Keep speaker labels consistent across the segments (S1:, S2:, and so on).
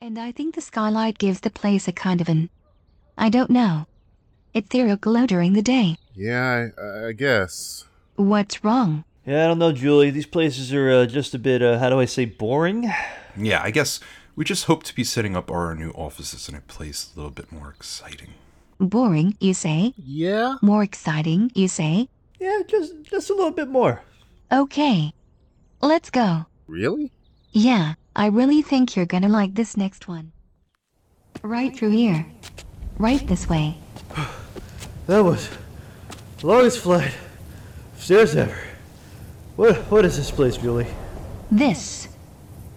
S1: And I think the skylight gives the place a kind of an. I don't know. Ethereal glow during the day.
S2: Yeah, I, I guess.
S1: What's wrong?
S3: Yeah, I don't know, Julie. These places are uh, just a bit, uh, how do I say, boring?
S4: Yeah, I guess we just hope to be setting up our new offices in a place a little bit more exciting.
S1: Boring, you say?
S2: Yeah?
S1: More exciting, you say?
S3: Yeah, just just a little bit more.
S1: Okay. Let's go.
S2: Really?
S1: Yeah, I really think you're gonna like this next one. Right through here. Right this way.
S3: That was the longest flight of stairs ever. What what is this place, Julie?
S1: This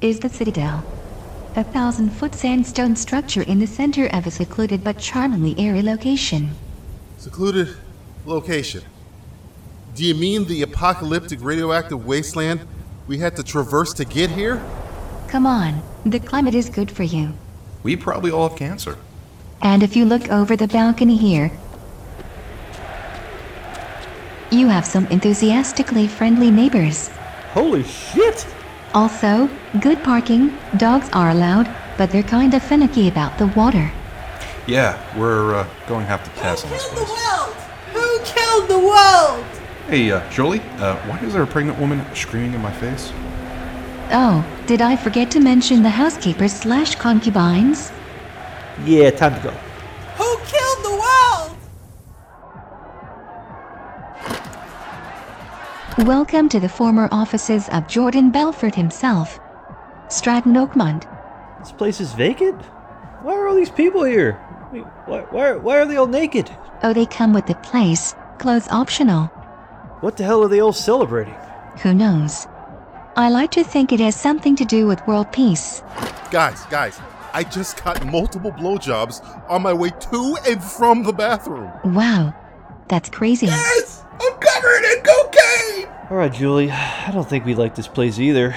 S1: is the Citadel. A thousand foot sandstone structure in the center of a secluded but charmingly airy location.
S2: Secluded location. Do you mean the apocalyptic radioactive wasteland we had to traverse to get here?
S1: Come on, the climate is good for you.
S4: We probably all have cancer.
S1: And if you look over the balcony here, you have some enthusiastically friendly neighbors.
S3: Holy shit!
S1: Also, good parking, dogs are allowed, but they're kinda finicky about the water.
S4: Yeah, we're uh, going to have to pass on
S5: Who
S4: this
S5: killed the
S4: place.
S5: world? Who killed the world?
S4: Hey, uh, Jolie, uh, why is there a pregnant woman screaming in my face?
S1: Oh, did I forget to mention the housekeepers slash concubines?
S3: Yeah, time to go.
S5: Who killed the world?
S1: Welcome to the former offices of Jordan Belfort himself. Stratton Oakmont,
S3: This place is vacant. Why are all these people here? I mean, why why why are they all naked?
S1: Oh, they come with the place, clothes optional.
S3: What the hell are they all celebrating?
S1: Who knows? I like to think it has something to do with world peace.
S2: Guys, guys, I just got multiple blowjobs on my way to and from the bathroom.
S1: Wow, that's crazy.
S2: Yes! I'm covered in cocaine!
S3: All right, Julie. I don't think we like this place either.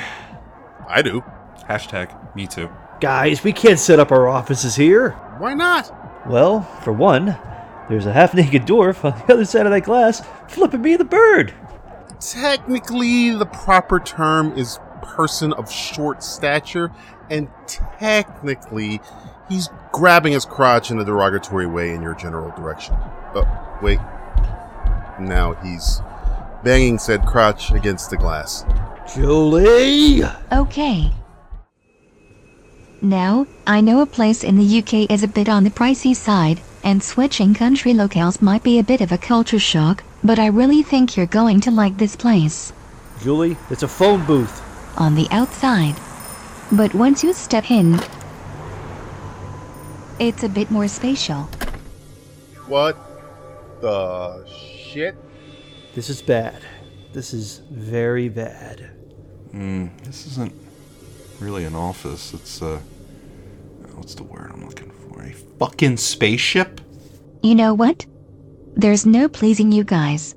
S2: I do.
S4: Hashtag me too.
S3: Guys, we can't set up our offices here.
S2: Why not?
S3: Well, for one, there's a half-naked dwarf on the other side of that glass flipping me the bird.
S2: Technically, the proper term is person of short stature, and technically, he's grabbing his crotch in a derogatory way in your general direction. Oh, wait. Now he's banging said crotch against the glass.
S3: Julie!
S1: Okay. Now, I know a place in the UK is a bit on the pricey side, and switching country locales might be a bit of a culture shock, but I really think you're going to like this place.
S3: Julie, it's a phone booth.
S1: on the outside. But once you step in, it's a bit more spatial.
S2: What the shit?
S3: This is bad. This is very bad.
S4: This isn't really an office. It's, uh, what's the word I'm looking for? A fucking spaceship?
S1: You know what? There's no pleasing you guys.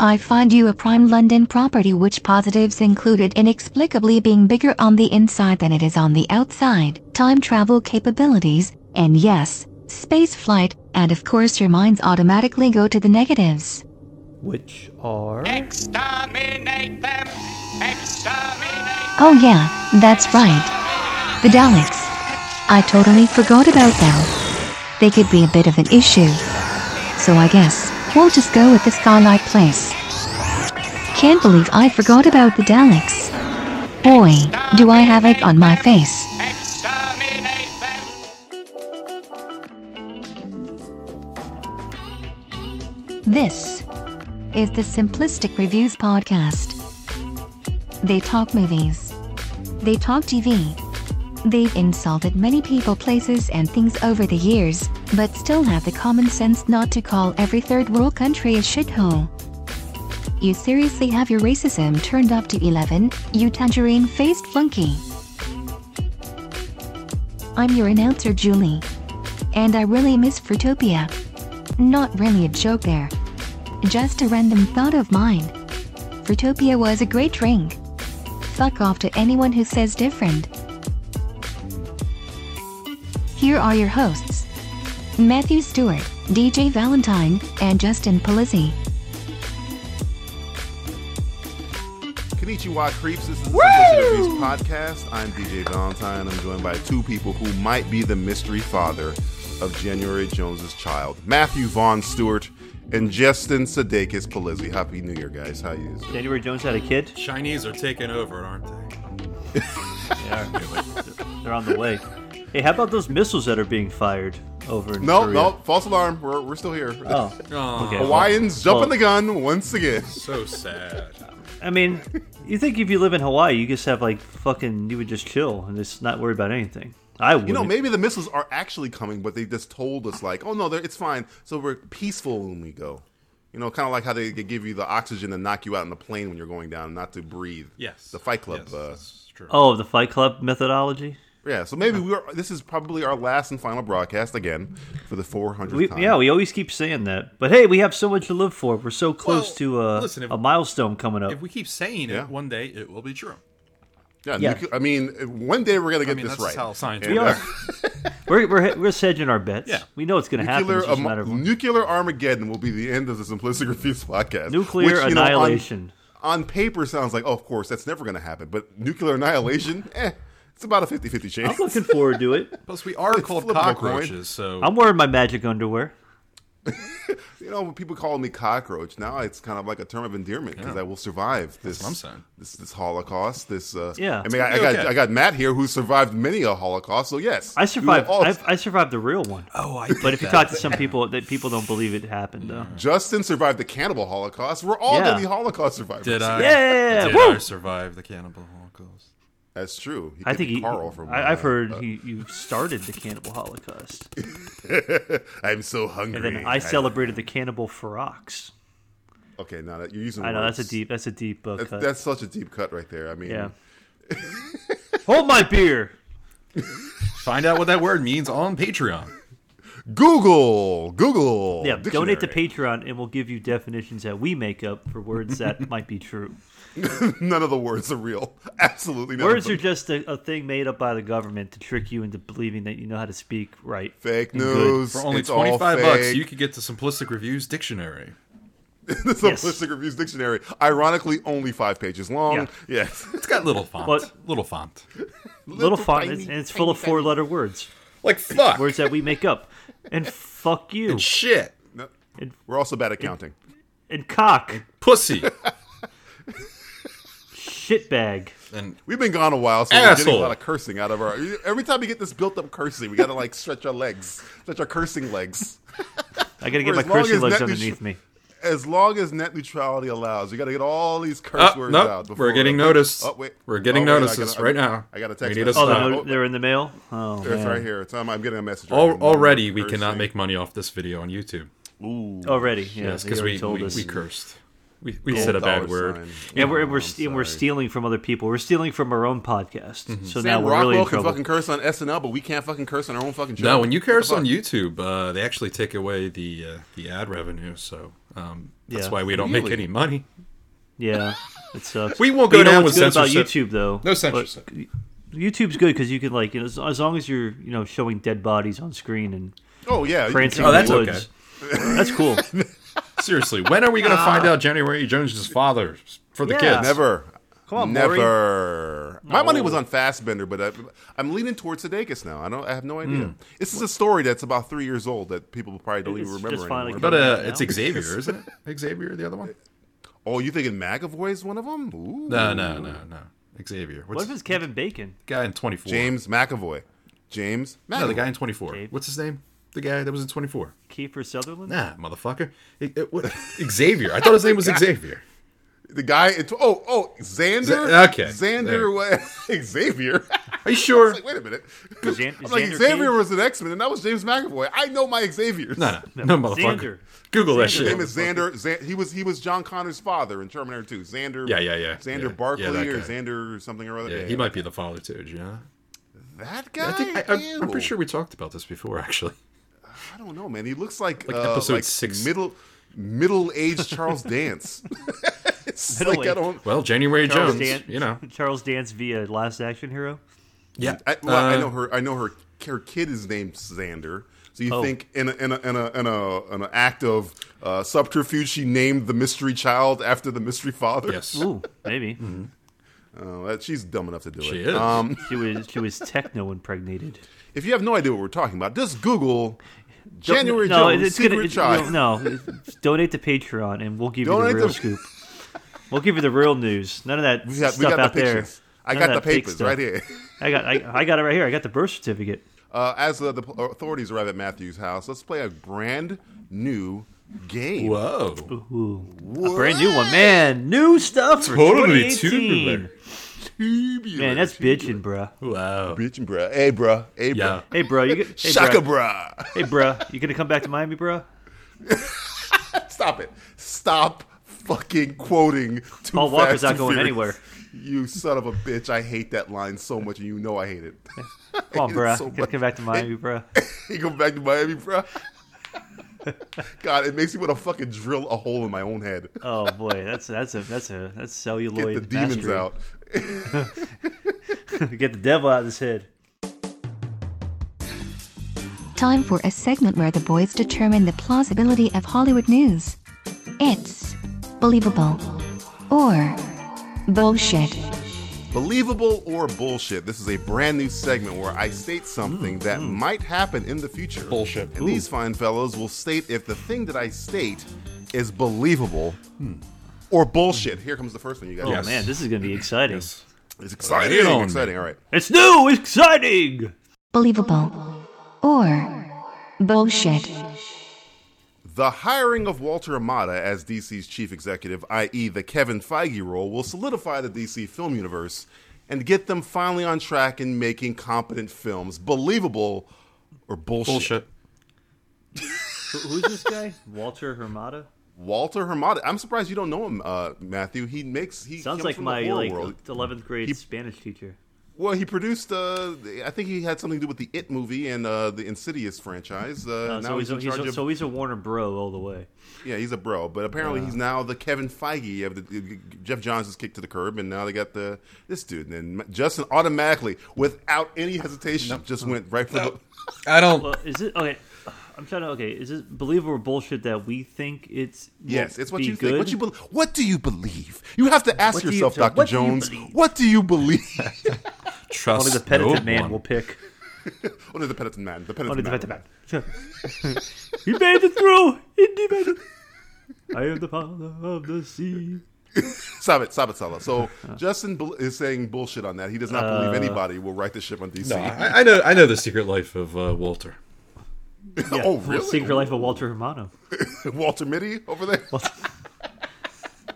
S1: I find you a prime London property, which positives included inexplicably being bigger on the inside than it is on the outside, time travel capabilities, and yes, space flight, and of course, your minds automatically go to the negatives.
S3: Which are.
S6: Exterminate them! Exterminate!
S1: Oh, yeah, that's right. The Daleks. I totally forgot about them. They could be a bit of an issue. So I guess we'll just go with the Skylight Place. Can't believe I forgot about the Daleks. Boy, do I have it on my face.
S6: Exterminate them!
S1: This is the Simplistic Reviews podcast. They talk movies. They talk TV. They've insulted many people, places, and things over the years, but still have the common sense not to call every third world country a shithole. You seriously have your racism turned up to 11, you tangerine faced flunky. I'm your announcer, Julie. And I really miss Fruitopia. Not really a joke there. Just a random thought of mine. Fruitopia was a great drink. Fuck off to anyone who says different. Here are your hosts Matthew Stewart, DJ Valentine, and Justin Polizzi.
S2: Can he Konnichiwa Creeps, this is the Simplistic Reviews podcast. I'm DJ Valentine. I'm joined by two people who might be the mystery father of January Jones's child, Matthew Vaughn Stewart and Justin Sudeikis Polizzi. Happy New Year, guys. How you? doing?
S3: January Jones had a kid.
S4: Chinese are taking over, aren't they?
S3: They're on the way. Hey, how about those missiles that are being fired over in
S2: No,
S3: Korea?
S2: no, false alarm. We're, we're still here.
S3: Oh,
S4: Oh,
S3: okay.
S2: Hawaiians
S3: Well-
S2: jumping the gun once again.
S4: so sad.
S3: I mean, you think if you live in Hawaii, you just have like fucking, you would just chill and just not worry about anything. I would.
S2: You know, maybe the missiles are actually coming, but they just told us like, "Oh no, they're- it's fine." So we're peaceful when we go. You know, kind of like how they, they give you the oxygen to knock you out in the plane when you're going down, not to breathe.
S4: Yes.
S2: the Fight Club.
S4: Yes,
S2: uh,
S4: that's true.
S3: Oh, the Fight Club methodology.
S2: yeah, so maybe we are. This is probably our last and final broadcast again for the 400th
S3: We,
S2: time.
S3: yeah, we always keep saying that, but hey, we have so much to live for. We're so close
S4: Well,
S3: to uh,
S4: listen, if-
S3: a milestone coming up.
S4: If we keep saying
S2: Yeah.
S4: it, one day it will be true.
S2: yeah.
S3: yeah.
S2: nucle- I mean, one day we're gonna get
S4: mean,
S2: this
S4: that's
S2: right.
S4: how science
S2: And,
S4: works.
S3: we're, we're we're just hedging our bets.
S4: Yeah.
S3: we know it's going to happen.
S2: Nuclear,
S3: It's just a
S2: um,
S3: matter of
S2: nuclear Armageddon will be the end of the Simplistic Reviews podcast.
S3: nuclear
S2: which, you know, on-
S3: annihilation.
S2: on paper sounds like, oh, of course, that's never going to happen. But nuclear annihilation, eh, it's about a 50 50
S3: I'm
S2: chance.
S3: looking forward to it.
S4: Plus, we are
S2: It's
S4: called
S2: flippable coin.
S4: cockroaches, so
S3: I'm wearing my magic underwear.
S2: You know, when people call me cockroach, now it's kind of like a term of endearment because I will survive this,
S4: what I'm saying.
S2: this this Holocaust. This, uh,
S3: Yeah.
S2: I mean, I, I
S4: It's gonna
S2: got
S4: be okay.
S2: I got Matt here who survived many a Holocaust. So yes,
S3: I
S2: we
S3: survived.
S2: will all-
S3: I've, I survived the real one.
S4: oh, I.
S3: But if you talk to some people, that people don't believe it happened though.
S2: Justin survived the cannibal Holocaust. We're all
S3: Yeah.
S2: going to be Holocaust survivors.
S4: did I?
S3: Yeah,
S4: Did
S3: woo!
S4: I survive the cannibal holocaust?
S2: That's true. He
S3: I
S2: could
S3: think
S2: be
S3: he,
S2: Carl from.
S3: I, I've
S2: uh,
S3: heard he, you started the cannibal holocaust,
S2: I'm so hungry.
S3: and then I celebrated the cannibal ferox.
S2: Okay, now that you're using.
S3: I know that's a
S2: words.
S3: deep, that's a deep uh,
S2: That's,
S3: cut.
S2: that's such a deep cut right there. I mean,
S3: yeah. Mm. Hold my beer.
S4: Find out what that word means on Patreon.
S2: Google, Google.
S3: Yeah, donate to
S2: Dictionary.
S3: Patreon, and we'll give you definitions that we make up for words that might be true.
S2: None of the words are real. Absolutely none.
S3: Words
S2: of
S3: are
S2: them.
S3: just a, a thing made up by the government to trick you into believing that you know how to speak right.
S2: fake
S3: and good.
S2: news.
S4: For only
S2: it's all
S4: 25 bucks,
S2: fake.
S4: you could get the Simplistic Reviews dictionary.
S2: the
S3: Yes.
S2: Simplistic Reviews Dictionary, ironically, only five pages long.
S3: Yeah.
S2: Yes,
S4: It's got little font.
S3: What?
S4: Little font.
S3: Little font,
S2: tiny,
S3: and it's full of four-letter words,
S4: Like fuck.
S3: words that we make up. And fuck you, and,
S4: Shit.
S2: we're also bad at counting.
S3: cock,
S4: Pussy.
S3: shitbag.
S4: and
S2: We've been gone a while, so we're getting a
S4: Asshole.
S2: lot of cursing out of our. Every time we get this built-up cursing, we gotta like stretch our legs, stretch our cursing legs.
S3: I gotta
S2: For
S3: get my
S2: as long
S3: cursing
S2: as
S3: legs
S2: that is-
S3: underneath me.
S2: As long as net neutrality allows, you gotta get all these curse
S4: Oh,
S2: words
S4: no,
S2: out. Before
S4: we're getting noticed.
S2: Oh, wait.
S4: We're getting
S2: Oh, wait, I
S4: notices
S2: gotta-
S4: right now.
S2: I got a
S4: We
S2: text
S4: need to
S2: message.
S3: Oh,
S4: stop.
S3: they're,
S2: Oh,
S3: they're in the mail. Oh,
S2: It's
S3: man.
S2: right here. It's, I'm, I'm getting a message. right
S4: Al-
S2: now.
S4: already, we cannot
S2: Cursing.
S4: make money off this video on YouTube.
S3: already. Yeah,
S4: Yes,
S3: they
S4: because
S3: already
S4: we,
S3: told
S4: we,
S3: us.
S4: we cursed. We, we said a
S2: Dollar
S4: bad word.
S2: sign.
S3: Yeah, we're
S2: Oh,
S3: we're,
S2: I'm
S3: st- and we're
S2: sorry.
S3: stealing from other people. We're stealing from our own podcast.
S4: Mm-hmm.
S3: So now
S2: Sam
S3: we're really
S2: Rockwell
S3: in
S2: can
S3: trouble.
S2: fucking curse on SNL, but we can't fucking curse on our own fucking show.
S4: No, when you
S2: What the
S4: curse on
S2: fuck?
S4: YouTube, uh, they actually take away the uh, the ad revenue. So um, that's
S3: Yeah.
S4: why we don't
S2: Really?
S4: make any money.
S3: Yeah, it sucks.
S4: We won't
S3: But
S4: go
S3: you know
S4: down
S3: what's
S4: with
S3: good about
S4: censorship.
S3: YouTube though.
S4: No
S3: But
S4: censorship.
S3: YouTube's good because you can like you know, as, as long as you're you know showing dead bodies on screen and
S2: Oh yeah, you
S3: prancing
S4: Oh,
S3: in
S4: that's
S3: the
S4: okay.
S3: woods. That's cool.
S4: Seriously, when are we going to find out January Jones' father for the
S3: Yeah.
S4: kids?
S2: never. Come
S3: on, Maury.
S2: never. My money was on Fassbender, but I, I'm leaning towards Sudeikis now. I don't. I have no idea.
S4: Hmm.
S2: This is a story that's about three years old that people probably don't
S3: It's
S2: even
S3: just
S2: remember
S3: finally
S2: anymore.
S4: But uh,
S3: Now?
S4: it's Xavier, isn't it? Xavier, the other one?
S2: oh, you thinking McAvoy is one of them? Ooh.
S4: No, no, no, no. Xavier. What's
S3: What if it's Kevin Bacon?
S4: the guy in 24?
S2: James McAvoy. James. McAvoy.
S4: No, the guy in 24.
S3: Gabe.
S4: What's his name? The guy that was in 24.
S3: Kiefer Sutherland?
S4: Nah, motherfucker. It- it- what- Xavier. I thought his name was Xavier.
S2: The guy. in- oh, oh, Xander.
S4: Z- okay. There.
S2: Xander. What? Xavier.
S4: Are you sure?
S2: Wait a minute.
S3: Xan-
S2: I'm like
S3: Xander
S2: Xavier
S3: Cage?
S2: was an X Men, and that was James McAvoy. I know my Xavier's.
S4: No, no, no, motherfucker.
S3: Xander.
S4: Google
S3: Xander.
S4: that
S2: His name is
S4: shit.
S2: Xander. Xan- he was he was John Connor's father in Terminator 2. Xander.
S4: Yeah, yeah, yeah.
S2: Xander
S4: Yeah.
S2: Barkley
S4: Yeah, that
S2: or
S4: guy.
S2: Xander something or other.
S4: Yeah, he might be the father too. Do you know?
S2: That guy.
S4: I think I, I'm, I'm
S2: Ew.
S4: pretty sure we talked about this before, actually.
S2: I don't know, man. He looks like
S4: Like
S2: uh,
S4: episode
S2: like
S4: six.
S2: middle middle aged Charles Dance. it's like I
S3: Middle-aged.
S2: don't.
S4: Well, January
S3: Charles
S4: Jones,
S3: Dance.
S4: you know.
S3: Charles Dance via Last Action Hero.
S4: Yeah,
S2: I, well, I
S4: Uh,
S2: know her. I know her. Her kid is named Xander. So you
S3: Oh.
S2: think in a, in a, in a, in a, in an act of uh, subterfuge, she named the mystery child after the mystery father?
S4: Yes.
S3: Ooh, maybe.
S2: Oh, that, she's dumb enough to do
S4: She
S2: it.
S4: is.
S2: Um,
S3: She was she was techno impregnated.
S2: if you have no idea what we're talking about, just Google January
S3: no,
S2: Jones,
S3: it's
S2: Secret
S3: gonna, it's-
S2: Child.
S3: No, no, donate to Patreon and we'll give
S2: Donate
S3: you the real
S2: to-
S3: scoop. We'll give you the real news. None of that
S2: we got,
S3: stuff
S2: we got
S3: out
S2: the
S3: there.
S2: pictures. I
S3: None of
S2: got the
S3: that fake
S2: papers
S3: stuff.
S2: right here.
S3: I got I, I got it right here. I got the birth certificate.
S2: Uh, as uh, the p- authorities arrive at Matthew's house, let's play a brand new game.
S4: Whoa.
S3: Ooh, a brand new one, man. New stuff. for
S4: Totally
S3: 2018.
S4: tubular.
S3: Man, that's bitching, bruh.
S4: Wow.
S2: bitching, bruh. Hey, bruh. Hey, bruh.
S4: Yeah.
S3: Hey, bro, you get, hey,
S2: Shaka,
S3: bruh.
S2: bruh.
S3: Hey, bruh, you gonna come back to Miami, bruh?
S2: Stop it. Stop fucking quoting. Too
S3: Paul
S2: Fast,
S3: Walker's not
S2: Too
S3: going
S2: Furious.
S3: anywhere.
S2: You son of a bitch! I hate that line so much, and you know I hate it.
S3: Come on,
S2: hate it
S3: bruh.
S2: so
S3: you
S2: much.
S3: gotta come back to Miami, bruh.
S2: you go back to Miami, bro. God, it makes me want to fucking drill a hole in my own head.
S3: Oh boy, that's that's a that's a that's
S2: Get
S3: celluloid.
S2: the demons
S3: mastery.
S2: out.
S3: Get the devil out of his head.
S1: Time for a segment where the boys determine the plausibility of Hollywood news. It's believable or bullshit.
S2: Believable or bullshit? This is a brand new segment where I state something that might happen in the future.
S4: Mm-hmm. Bullshit.
S2: And these fine fellows will state if the thing that I state is believable or bullshit. Here comes the first one, you guys.
S3: Oh
S4: Hmm. Yes.
S3: man, this is gonna be exciting.
S4: Yes.
S2: It's exciting.
S4: Right on.
S2: exciting. All right.
S3: It's new, exciting.
S1: Believable or bullshit.
S2: The hiring of Walter Amada as DC's chief executive, i.e., the Kevin Feige role, will solidify the DC film universe and get them finally on track in making competent films, believable or bullshit.
S4: Bullshit.
S3: Who- Who's this guy? Walter Hermata.
S2: Walter Hamada. I'm surprised you don't know him, uh, Matthew. He makes he
S3: Sounds
S2: comes
S3: like
S2: from the
S3: my
S2: horror
S3: like
S2: world.
S3: eleventh grade
S2: He-
S3: Spanish teacher.
S2: Well, he produced. Uh, I think he had something to do with the It movie and uh, the Insidious franchise. Uh, now
S3: Uh, so
S2: he's,
S3: he's, a-
S2: in
S3: he's,
S2: charge
S3: a-
S2: of.
S3: so he's a Warner Bro all the way.
S2: yeah, he's a bro, but apparently he's now the Kevin Feige of the Jeff Johns is kicked to the curb, and now they got the this dude. And then Justin automatically, without any hesitation, just went right for the.
S4: I don't.
S3: Well, is it okay? I'm trying to okay. Is it believable bullshit that we think it's will
S2: Yes, it's what
S3: be
S2: you
S3: good?
S2: think. What you bel What do you believe? You have to ask
S3: What do you-
S2: yourself,
S3: so
S2: Doctor
S3: what do you
S2: Jones.
S3: believe?
S2: What do you believe?
S4: Trust
S3: Only the penitent
S4: no
S3: man
S4: one.
S3: will pick.
S2: Under Oh, the penitent man. The penitent
S3: Only Oh, the
S2: man.
S3: penitent man. he made it through. He made it. I am the father of the sea.
S2: Stop it, stop it, Sala. So Justin bel is saying bullshit on that. He does not believe anybody will write the ship on DC.
S4: Uh, No, I, I know. I know the secret life of uh, Walter.
S3: Yeah,
S2: oh,
S3: The
S2: really?
S3: Secret Life of Walter Hermano.
S2: Walter Mitty over there.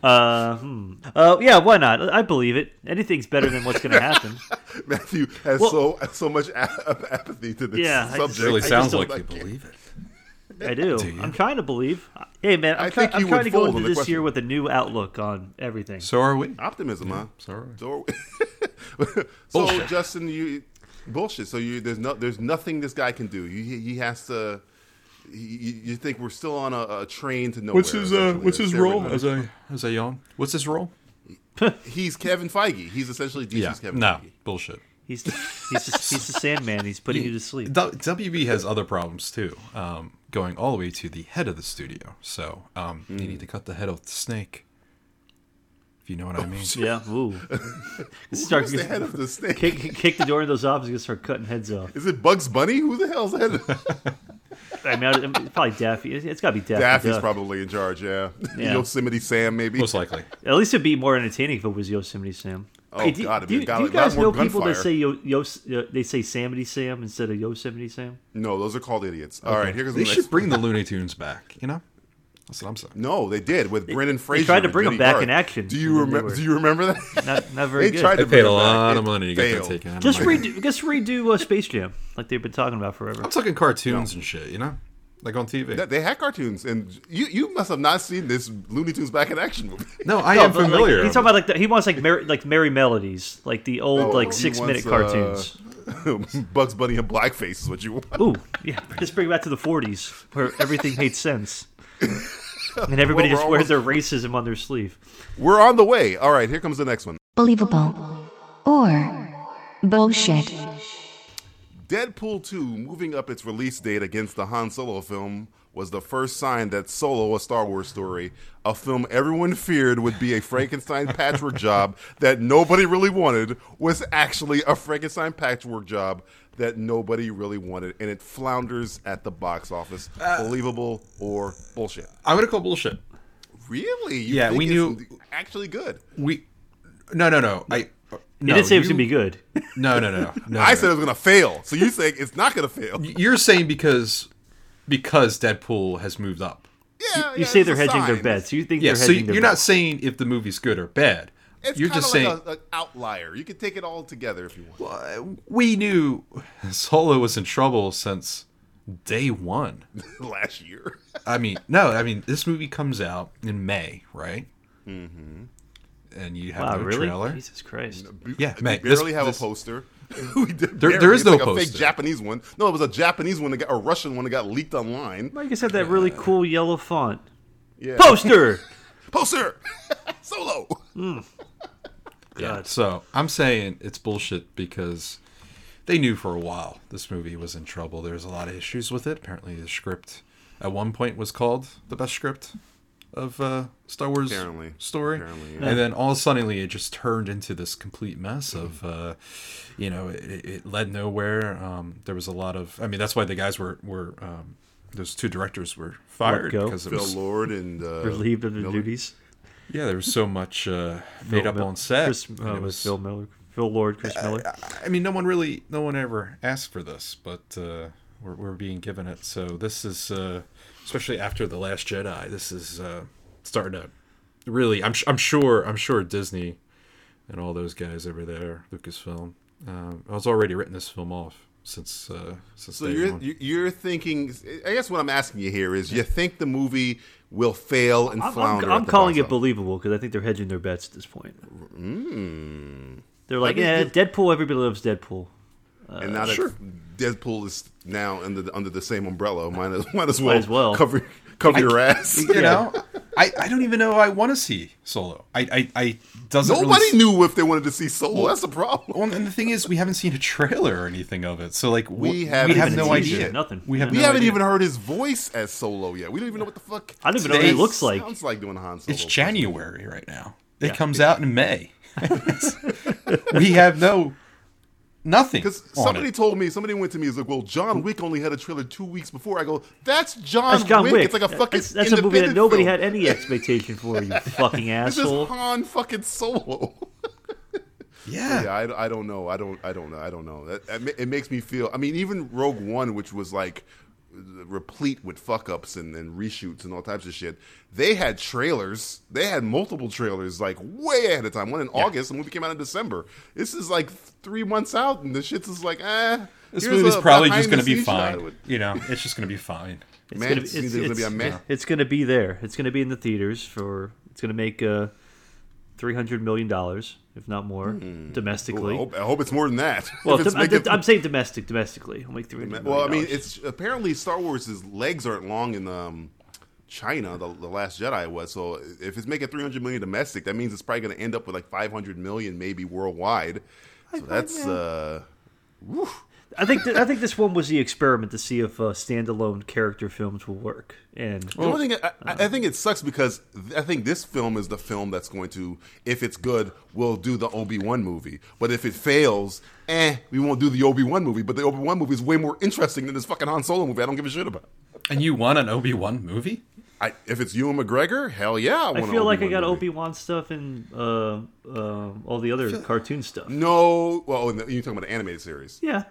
S3: Uh, hmm. uh, yeah, why not? I believe it. Anything's better than what's going to happen.
S2: Matthew has
S3: Well-
S2: so so much a- apathy to this
S3: Yeah, I
S2: subject.
S3: just-
S4: It really
S3: I just
S4: sounds
S3: don't
S4: like you
S2: like it.
S4: believe it.
S3: I do.
S4: Do you?
S3: I'm trying to believe. Hey, man, I'm,
S2: I
S3: try-
S2: think
S3: I'm
S2: you
S3: trying
S2: would
S3: to go
S2: fold
S3: into
S2: on the
S3: this
S2: question.
S3: year with a new outlook on everything.
S4: So are we.
S2: optimism, huh?
S4: Sorry.
S2: So, so
S4: Bullshit.
S2: Justin, you bullshit. So you there's no there's nothing this guy can do. You, he he has to. he- You, you think we're still on a, a train to nowhere?
S4: What's his uh,
S2: essentially,
S4: What's
S2: a
S4: his
S2: stairway
S4: role
S2: to-
S4: as a as a young? What's his role?
S2: He's Kevin Feige. He's essentially DC's
S4: Yeah.
S2: Kevin
S4: No
S2: Feige.
S4: bullshit.
S3: He's he's just, he's the Sandman. He's putting you to sleep.
S4: W- WB has other problems too, um, going all the way to the head of the studio. So um, you need to cut the head off the snake, if you know what I mean.
S3: Yeah. Oooo. start
S2: Who's the head of the snake?
S3: kick kick the door into those offices and start cutting heads off.
S2: Is it Bugs Bunny? Who the hell's that?
S3: I mean, I- I'm- probably Daffy. It's- it's got to be Daffy.
S2: Daffy's
S3: Duck.
S2: probably in charge. Yeah.
S3: Yeah.
S2: Yosemite Sam, maybe.
S4: Most likely.
S3: At least it'd be more entertaining if it was Yosemite Sam.
S2: Oh, God, it'd be a
S3: do,
S2: guy
S3: do you
S2: like- a lot
S3: guys
S2: more
S3: know people
S2: gunfire.
S3: that say Yo, Yos, uh, they say Samity Sam instead of Yosemite Sam?
S2: No, those are called idiots. All right, here goes
S4: They
S2: the next.
S4: should bring the Looney Tunes back. You know, that's what I'm saying.
S2: no, they did with Brendan Fraser.
S3: tried to
S2: and
S3: bring 'em
S2: Vinnie
S3: back
S2: Garth.
S3: in action,
S2: Do
S3: and
S2: you
S3: then they
S2: remember?
S3: were-
S2: Do you remember that?
S3: Not not very
S2: they
S3: good.
S2: tried to
S4: They paid
S2: bring
S4: a
S2: it back.
S4: lot of
S2: It
S4: money to get that
S2: failed.
S4: taken out. of
S3: just
S4: my-
S3: redo just redo uh, Space Jam like they've been talking about forever.
S4: I'm talking cartoons and shit. You know, like on TV.
S2: That- They had cartoons, and you you must have not seen this Looney Tunes back in action movie.
S4: no, I am
S3: But, like,
S4: familiar.
S3: he's talking about like the, he wants like mer- like merry melodies like the old
S2: Oh, he
S3: like six minute
S2: wants, uh,
S3: cartoons.
S2: Bugs Bunny and blackface is what you want.
S3: Ooh, yeah. Just bring it back to the 40s where everything made sense. And everybody
S2: Well,
S3: just
S2: we're
S3: wears their racism on their sleeve.
S2: We're on the way. All right, here comes the next one.
S1: Believable or bullshit.
S2: Deadpool 2 moving up its release date against the Han Solo film was the first sign that Solo, a Star Wars story, a film everyone feared would be a Frankenstein patchwork job that nobody really wanted, was actually a Frankenstein patchwork job that nobody really wanted, and it flounders at the box office. Believable or bullshit?
S4: I'm gonna call bullshit.
S2: Really? You
S4: Yeah, we
S2: it's
S4: knew-
S2: Actually, good.
S4: We, no, no, no. I.
S3: You
S4: No,
S3: did say it was
S4: you-
S3: gonna be good.
S4: No, no, no, no.
S2: I
S4: no.
S2: said it was gonna fail, so you saying it's not gonna fail?
S4: You're saying because because Deadpool has moved up.
S2: Yeah,
S3: You say they're hedging their bets. You think
S4: Yeah,
S3: they're
S4: so
S3: hedging
S4: you're
S3: their
S4: not
S3: bets.
S4: saying if the movie's good or bad.
S2: It's
S4: you're
S2: kinda
S4: just
S2: like
S4: saying
S2: a, an outlier. You can take it all together if you want.
S4: we knew Solo was in trouble since day one.
S2: Last year,
S4: I mean, no, I mean this movie comes out in May, right? Mm-hmm. And you have
S3: Wow,
S4: no
S3: really?
S4: trailer.
S3: Jesus Christ!
S4: Yeah,
S2: we
S4: May.
S2: barely
S4: This-
S2: have
S4: this-
S2: a poster. we did
S4: There- there
S2: barely.
S4: is
S2: It's
S4: no
S2: like A
S4: poster.
S2: fake Japanese one. No, it was a Japanese one that got a Russian one that got leaked online.
S3: Mike has had that really cool yellow font
S2: Yeah.
S3: poster.
S2: poster. Solo.
S4: Yeah. So I'm saying it's bullshit because they knew for a while this movie was in trouble. There's a lot of issues with it. Apparently, the script at one point was called the best script of uh, Star Wars
S2: Apparently.
S4: story,
S2: Apparently,
S4: and then all suddenly it just turned into this complete mess of, uh, you know, it, it it led nowhere. Um, there was a lot of, I mean, that's why the guys were were um, those two directors were fired
S3: go.
S4: because it
S2: Phil
S4: was
S2: Lord and uh,
S3: Relieved of their duties.
S4: yeah there was so much uh, made up
S3: Mil-
S4: on set.
S3: Chris,
S4: and
S3: uh,
S4: it
S3: was Phil Miller, Phil Lord, Chris
S2: Uh,
S3: Miller.
S4: I mean, no one really, no one ever asked for this, but uh, we're, we're being given it. So this is, uh, especially after the Last Jedi, this is uh, starting to really. I'm, sh- I'm sure, I'm sure Disney and all those guys over there, Lucasfilm. Um, I was already written this film off since uh, since
S2: So
S4: day
S2: you're
S4: one.
S2: you- you're thinking? I guess what I'm asking you here is, you think the movie will fail and
S3: I'm,
S2: flounder?
S3: I'm,
S2: at
S3: I'm
S2: the
S3: calling
S2: box
S3: it
S2: office?
S3: believable because I think they're hedging their bets at this point.
S2: Hmm.
S3: They're like, yeah, Deadpool. Everybody loves Deadpool.
S2: and now
S3: uh,
S2: that Deadpool is now under the, under the same umbrella, might as, might as well,
S3: as well.
S2: cover cover your ass.
S4: you know, I, I don't even know I want to see Solo. I I, I doesn't really
S2: Nobody knew if they wanted to see Solo. That's the problem.
S4: Well, and the thing is, we haven't seen a trailer or anything of it, so like we, we have,
S2: haven't even
S4: no
S2: seen
S4: idea.
S3: it. Nothing.
S4: We have
S3: Yeah.
S2: We
S4: no
S2: haven't
S4: idea.
S2: even heard his voice as Solo yet. We don't even know what the fuck.
S3: I don't even know what he
S4: Today's-
S3: looks like.
S2: Sounds like doing a Han Solo.
S4: It's January right now. It comes out in May. we have no nothing.
S2: Because
S4: on
S2: somebody
S4: it.
S2: told me, somebody went to me, is like, well, John Wick only had a trailer two weeks before. I go, that's John,
S3: That's John Wick.
S2: It's like a fucking.
S3: that's, that's a movie that
S2: independent
S3: nobody
S2: film.
S3: had any expectation for. You fucking
S2: This is
S3: asshole.
S2: Han fucking Solo.
S4: yeah.
S2: yeah, I, I don't know. I don't. I don't know. I don't know. That, that ma- it makes me feel. I mean, even Rogue One, which was like replete with fuck ups and, and reshoots and all types of shit, they had trailers. They had multiple trailers like way ahead of time. One in August, the movie came out in December. This is like three months out, and the shit's is like, eh.
S4: This
S2: here's
S4: movie's
S2: a
S4: probably just going to be
S2: behind-the-scenes shot.
S4: fine. You know, it's just going to be fine.
S3: It's
S2: Man,
S3: gonna,
S2: it
S3: it's,
S2: seems there's gonna be a
S3: it's-
S2: man.
S3: it's gonna be there. It's gonna be in the theaters for. It's gonna make uh, three hundred million dollars, if not more,
S2: I
S3: domestically.
S2: hope, I hope it's more than that.
S3: well,
S2: Hmm. oh, If it's
S3: dom- I,
S2: making-
S3: am saying domestic, domestically. I'll make three hundred.
S2: Well, I mean, it's apparently Star Wars' legs aren't long in um, China. The, the Last Jedi was so. If it's making 300 million domestic, that means it's probably going to end up with like 500 million maybe worldwide. So that's uh,
S3: I think th- I think this one was the experiment to see if uh, standalone character films will work. And
S2: the only thing. I, I I think it sucks because th- I think this film is the film that's going to, if it's good, will do the Obi wan movie. But if it fails, eh, we won't do the Obi wan movie. But the Obi wan movie is way more interesting than this fucking Han Solo movie. I don't give a shit about.
S4: And you want an Obi Wan movie?
S2: I, if it's Ewan McGregor, hell yeah, I,
S3: I
S2: want an
S3: feel like I
S2: Obi-Wan
S3: got
S2: movie.
S3: Obi Wan stuff and uh, um all the other cartoon stuff.
S2: Mm. No, well, in the, you're talking about the animated series.
S3: Yeah,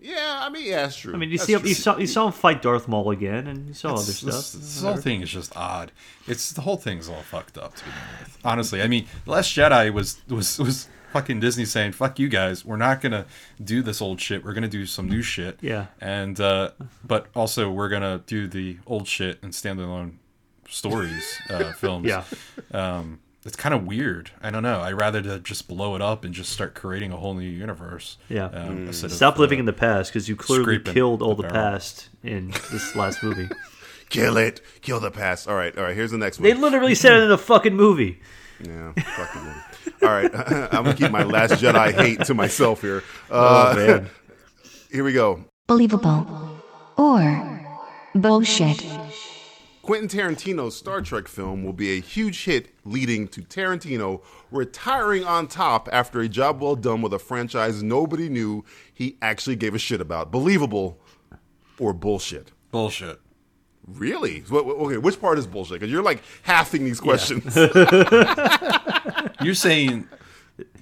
S2: Yeah, I mean, yeah, that's true.
S3: I mean, you
S2: That's
S3: see,
S2: true.
S3: you saw you saw him fight Darth Maul again, and you saw other
S4: This,
S3: stuff.
S4: this, this whole thing is just odd. It's the whole thing's all fucked up to begin with. Honestly, I mean, The Last Jedi was was was fucking Disney saying, "Fuck you guys, we're not gonna do this old shit. We're gonna do some new shit."
S3: Yeah.
S4: And uh, but also we're gonna do the old shit and standalone stories uh, films.
S3: Yeah.
S4: Um, it's kind of weird. I don't know. I would rather to just blow it up and just start creating a whole new universe.
S3: Yeah.
S4: Um, instead of,
S3: Stop living
S4: uh,
S3: in the past because you clearly
S4: scraping
S3: killed all
S4: the
S3: the
S4: barrel.
S3: past in this last movie.
S2: kill it, kill the past. All right, all right. Here's the next
S3: they
S2: one.
S3: literally said it in the fucking movie.
S2: yeah, fucking one. All right, I'm gonna keep my Last Jedi hate to myself here. Uh,
S3: Oh man,
S7: Here we go.
S1: believable, or bullshit.
S2: Quentin Tarantino's Star Trek film will be a huge hit, leading to Tarantino retiring on top after a job well done with a franchise nobody knew he actually gave a shit about. Believable or bullshit?
S4: Bullshit.
S2: Really? Wh- wh- Okay, which part is bullshit? Because you're like halving these questions.
S4: You're saying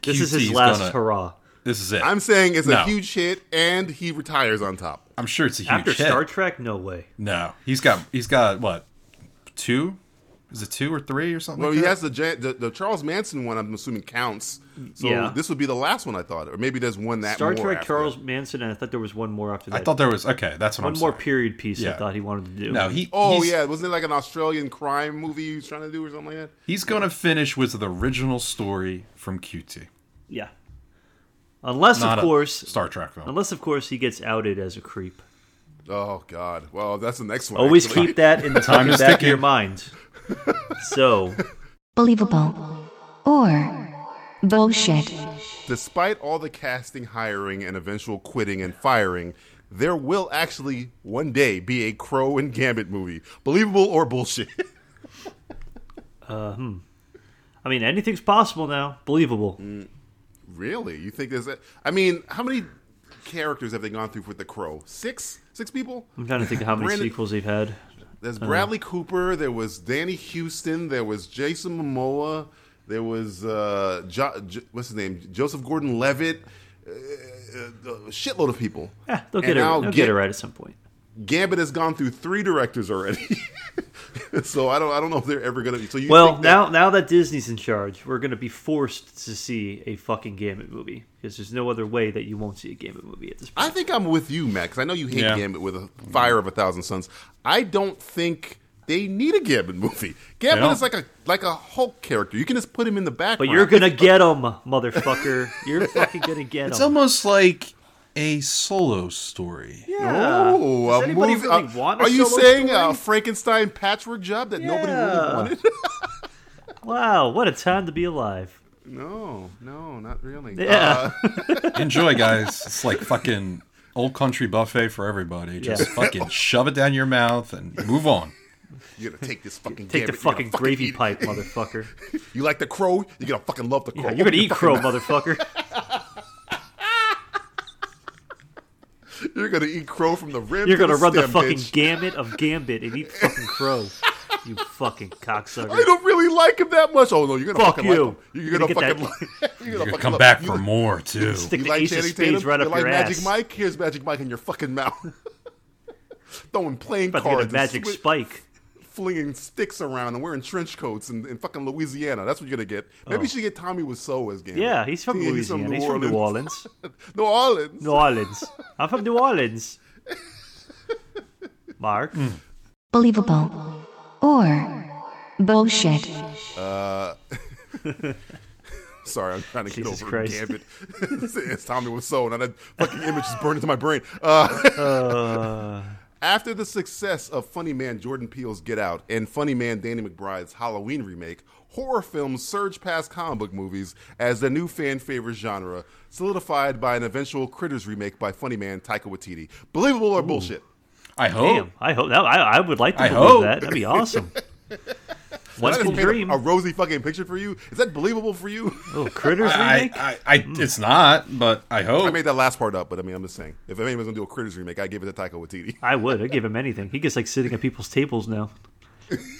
S3: This is his
S4: QT's
S3: last
S4: gonna-
S3: hurrah.
S4: This is it.
S2: I'm saying it's
S4: No.
S2: a huge hit, and he retires on top.
S4: I'm sure it's a huge
S3: After
S4: hit.
S3: Star Trek, no way.
S4: No, he's got he's got what two? Is it two or three or something?
S2: Well,
S4: like
S2: he
S4: that?
S2: has the, Jan- the the Charles Manson one. I'm assuming counts. So
S3: Yeah.
S2: this would be the last one I thought, or maybe there's one that
S3: Star
S2: more
S3: Trek,
S2: after.
S3: Charles Manson, and I thought there was one more after that.
S4: I thought there was okay. That's what
S3: one
S4: I'm
S3: more
S4: saying.
S3: period piece I
S4: Yeah.
S3: thought he wanted to do.
S4: No, he.
S2: Oh
S4: he's,
S2: yeah, wasn't it like an Australian crime movie he was trying to do or something like that?
S4: He's gonna finish with the original story from QT.
S3: yeah. Unless
S4: Not
S3: of
S4: a
S3: course,
S4: Star Trek film.
S3: unless of course he gets outed as a creep.
S2: Oh God! Well, that's the next one.
S3: Always
S2: actually.
S3: keep that in the
S4: Time
S3: fucking
S4: is
S3: back of
S4: ticking.
S3: your mind. So
S1: Believable, or bullshit.
S2: Despite all the casting, hiring, and eventual quitting and firing, there will actually one day be a Crow and Gambit movie. Believable or bullshit?
S3: I mean, anything's possible now. Believable.
S2: Mm. really? You think there's? A, I mean, how many characters have they gone through with the Crow? Six? Six people?
S3: I'm trying to think of how many
S2: Brandon-
S3: sequels they've had.
S2: There's
S3: Uh-huh.
S2: Bradley Cooper. There was Danny Houston. There was Jason Momoa. There was uh, jo- J- what's his name? Joseph Gordon-Levitt. Uh, uh, a shitload of people.
S3: Yeah, they'll
S2: And
S3: get it.
S2: I'll
S3: They'll get
S2: get-
S3: it right at some point.
S2: Gambit has gone through three directors already. so I don't I don't know if they're ever gonna. So you
S3: Well,
S2: think that-
S3: now now that Disney's in charge, we're going to be forced to see a fucking Gambit movie because there's no other way that you won't see a Gambit movie at this point.
S2: I think I'm with you, Max. I know you hate
S4: Yeah.
S2: Gambit with a fire of a thousand suns. I don't think they need a Gambit movie. Gambit
S4: don't.
S2: is like a like a Hulk character. You can just put him in the background.
S3: But you're going to get them, motherfucker. You're fucking going to get
S4: it's
S3: them.
S4: almost like a solo story.
S2: Oh,
S3: Does
S2: a
S3: anybody
S2: movie-
S3: really
S2: uh,
S3: want a
S2: Are you
S3: solo
S2: saying uh,
S3: story?
S2: a Frankenstein patchwork job that nobody really
S3: Yeah.
S2: wanted?
S3: Wow, what a time to be alive.
S2: no, no, not really. Uh,
S3: Yeah.
S4: Enjoy, guys. It's like fucking old country buffet for everybody. Just
S3: Yeah.
S4: fucking shove it down your mouth and move on.
S2: You're gonna take this fucking Gambit,
S3: Take the
S2: you're
S3: fucking,
S2: gonna
S3: gravy
S2: eat it.
S3: pipe, motherfucker.
S2: You like the crow? You're gonna fucking love the crow.
S3: Yeah, you're going to eat crow, motherfucker.
S2: You're gonna eat crow from the rim.
S3: You're
S2: to
S3: going to run the
S2: stem,
S3: fucking
S2: bitch.
S3: gamut of Gambit and eat fucking crow. You fucking cocksucker.
S2: I don't really like him that much. Oh no, you're gonna
S3: Fuck
S2: fucking
S3: you.
S2: like him. You're,
S3: You're
S2: gonna,
S3: gonna get
S2: fucking.
S3: that-
S2: Like, you're
S4: You're gonna
S2: fucking
S4: come
S2: love-
S4: back
S2: you
S4: for
S2: like-
S4: more too.
S3: Stick
S2: You
S3: the
S2: like
S3: ace of
S2: Channing
S3: spades
S2: Tatum?
S3: right
S2: you
S3: up
S2: like
S3: your
S2: Magic
S3: ass.
S2: Mike? Here's Magic Mike in your fucking mouth. Throwing playing
S3: About to
S2: cards,
S3: get a
S2: and
S3: magic
S2: swi-
S3: spike.
S2: flinging sticks around, and wearing trench coats in, in fucking Louisiana. That's what you're gonna get. Maybe you should get Tommy Wiseau as game.
S3: Oh. Yeah, he's from Louisiana. he's from New Orleans.
S2: New Orleans.
S3: New Orleans. I'm from New Orleans. Mark,
S4: Hmm.
S1: Believable, or bullshit.
S2: Sorry, I'm trying to get
S3: Jesus
S2: over
S3: Christ.
S2: Gambit. it's Tommy Wiseau, and that fucking image is burned into my brain. Uh,
S3: Uh.
S2: After the success of Funny Man Jordan Peele's Get Out and Funny Man Danny McBride's Halloween remake, horror films surged past comic book movies as their new fan favorite genre, solidified by an eventual Critters remake by Funny Man Taika Waititi. Believable or bullshit?
S4: I hope.
S3: damn! I hope that I, I would like to
S4: I
S3: believe
S4: hope.
S3: that. That'd be awesome. One
S2: I
S3: cool
S2: just paint a-
S3: dream.
S2: A, rosy fucking picture for you. Is that believable for you?
S3: oh, critters
S4: I,
S3: remake.
S4: I, I,
S3: Hmm.
S4: it's not, but I hope.
S2: I made that last part up, but I mean, I'm just saying. If anyone's gonna do a Critters remake, I give it to Taika Waititi.
S3: I would. I'd give him anything. He gets like sitting at people's tables now.
S4: Is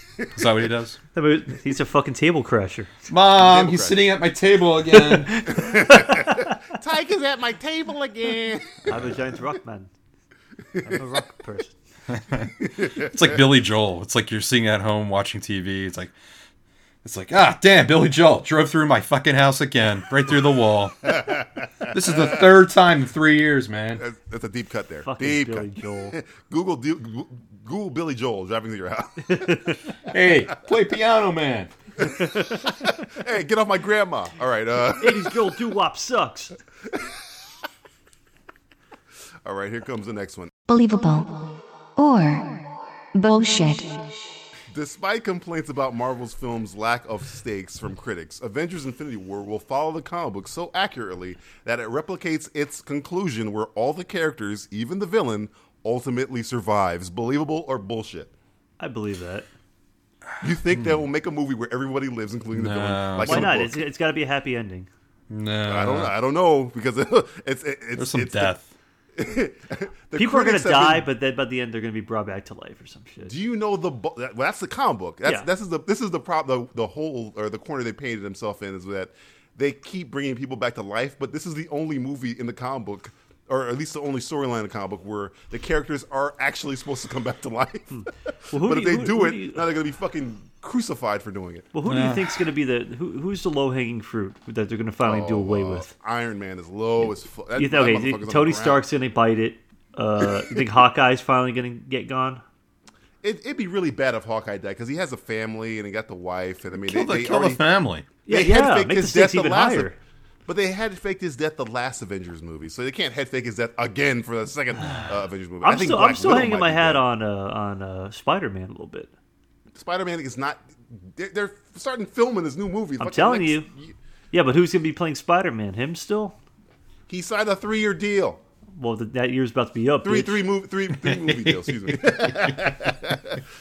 S4: that what he does?
S3: I mean, He's a fucking table crasher.
S4: Mom,
S2: Table
S4: he's
S2: crash.
S4: sitting at my table again.
S2: Tiger's at my table again.
S3: I'm a giant rock man. I'm a rock person.
S4: it's like Billy Joel. It's like you're sitting at home watching TV. It's like, it's like, ah, damn, Billy Joel drove through my fucking house again, right through the wall. this is the third time in three years, man.
S2: That's, that's a deep cut there.
S3: Fucking
S2: deep
S3: Billy
S2: cut.
S3: Joel.
S2: Google Di- Google Billy Joel driving to your house.
S4: Hey, play piano, man.
S2: hey, get off my grandma. All right, uh,
S3: 80s Joel doo wop sucks.
S2: all right. Here comes the next one.
S1: Believable, or bullshit.
S2: Despite complaints about Marvel's film's lack of stakes from critics, Avengers Infinity War will follow the comic book so accurately that it replicates its conclusion where all the characters, even the villain, ultimately survives. Believable or bullshit?
S3: I believe that.
S2: You think they will make a movie where everybody lives, including the villain? Like
S3: Hmm. Why
S2: in the
S3: not?
S2: book?
S3: It's, it's got to be a happy ending.
S4: No,
S2: I don't. I don't know because it's, it's
S4: There's
S2: it's
S4: some
S2: it's the-
S4: death.
S2: the
S3: People are gonna
S2: critics have
S3: die,
S2: been-
S3: but then by the end they're gonna be brought back to life or some shit.
S2: do you know the bu- that, well, that's the comic book. That's
S3: Yeah.
S2: this is the this is the prop the the hole or the corner they painted themselves in is that they keep bringing people back to life, but this is the only movie in the comic book. Or at least the only storyline in the comic book where the characters are actually supposed to come back to life.
S3: Well, Hmm.
S2: but
S3: who
S2: if
S3: do you-
S2: they
S3: who-
S2: do
S3: who
S2: it,
S3: do you-
S2: now they're going to be fucking crucified for doing it.
S3: Well, who do you think's gonna be the who, who's the low hanging fruit that they're gonna finally do away with?
S2: Iron Man is low as fuck. Uh, That-
S3: You
S2: that
S3: think, okay,
S2: motherfucker's on
S3: you-
S2: the
S3: Tony
S2: ground.
S3: Stark's gonna bite it. Uh, you think Hawkeye's finally gonna get gone?
S2: It, it'd be really bad if Hawkeye died because he has a family and he got the wife, and I mean,
S4: Kill
S2: they,
S4: the,
S2: they
S4: kill
S2: already
S4: the family.
S3: Yeah,
S2: they
S3: yeah,
S2: had faked
S3: make the
S2: his
S3: stakes
S2: death the
S3: even
S2: last.
S3: higher.
S2: But they had faked his death the last Avengers movie, so they can't head fake his death again for the second uh, Avengers movie. I
S3: I'm
S2: think
S3: still, I'm
S2: Black
S3: still
S2: Widow
S3: hanging
S2: might
S3: my
S2: be
S3: hat
S2: dead.
S3: on uh, on uh, Spider Man a little bit.
S2: Spider-Man is not. They're, they're starting filming this new movie. fucking
S3: telling
S2: next-
S3: you. Yeah, but who's gonna be playing Spider Man? Him still?
S2: he signed a three-year deal,
S3: Well, th- that year's about to be up.
S2: three
S3: bitch.
S2: three movie three three movie deal. Excuse me.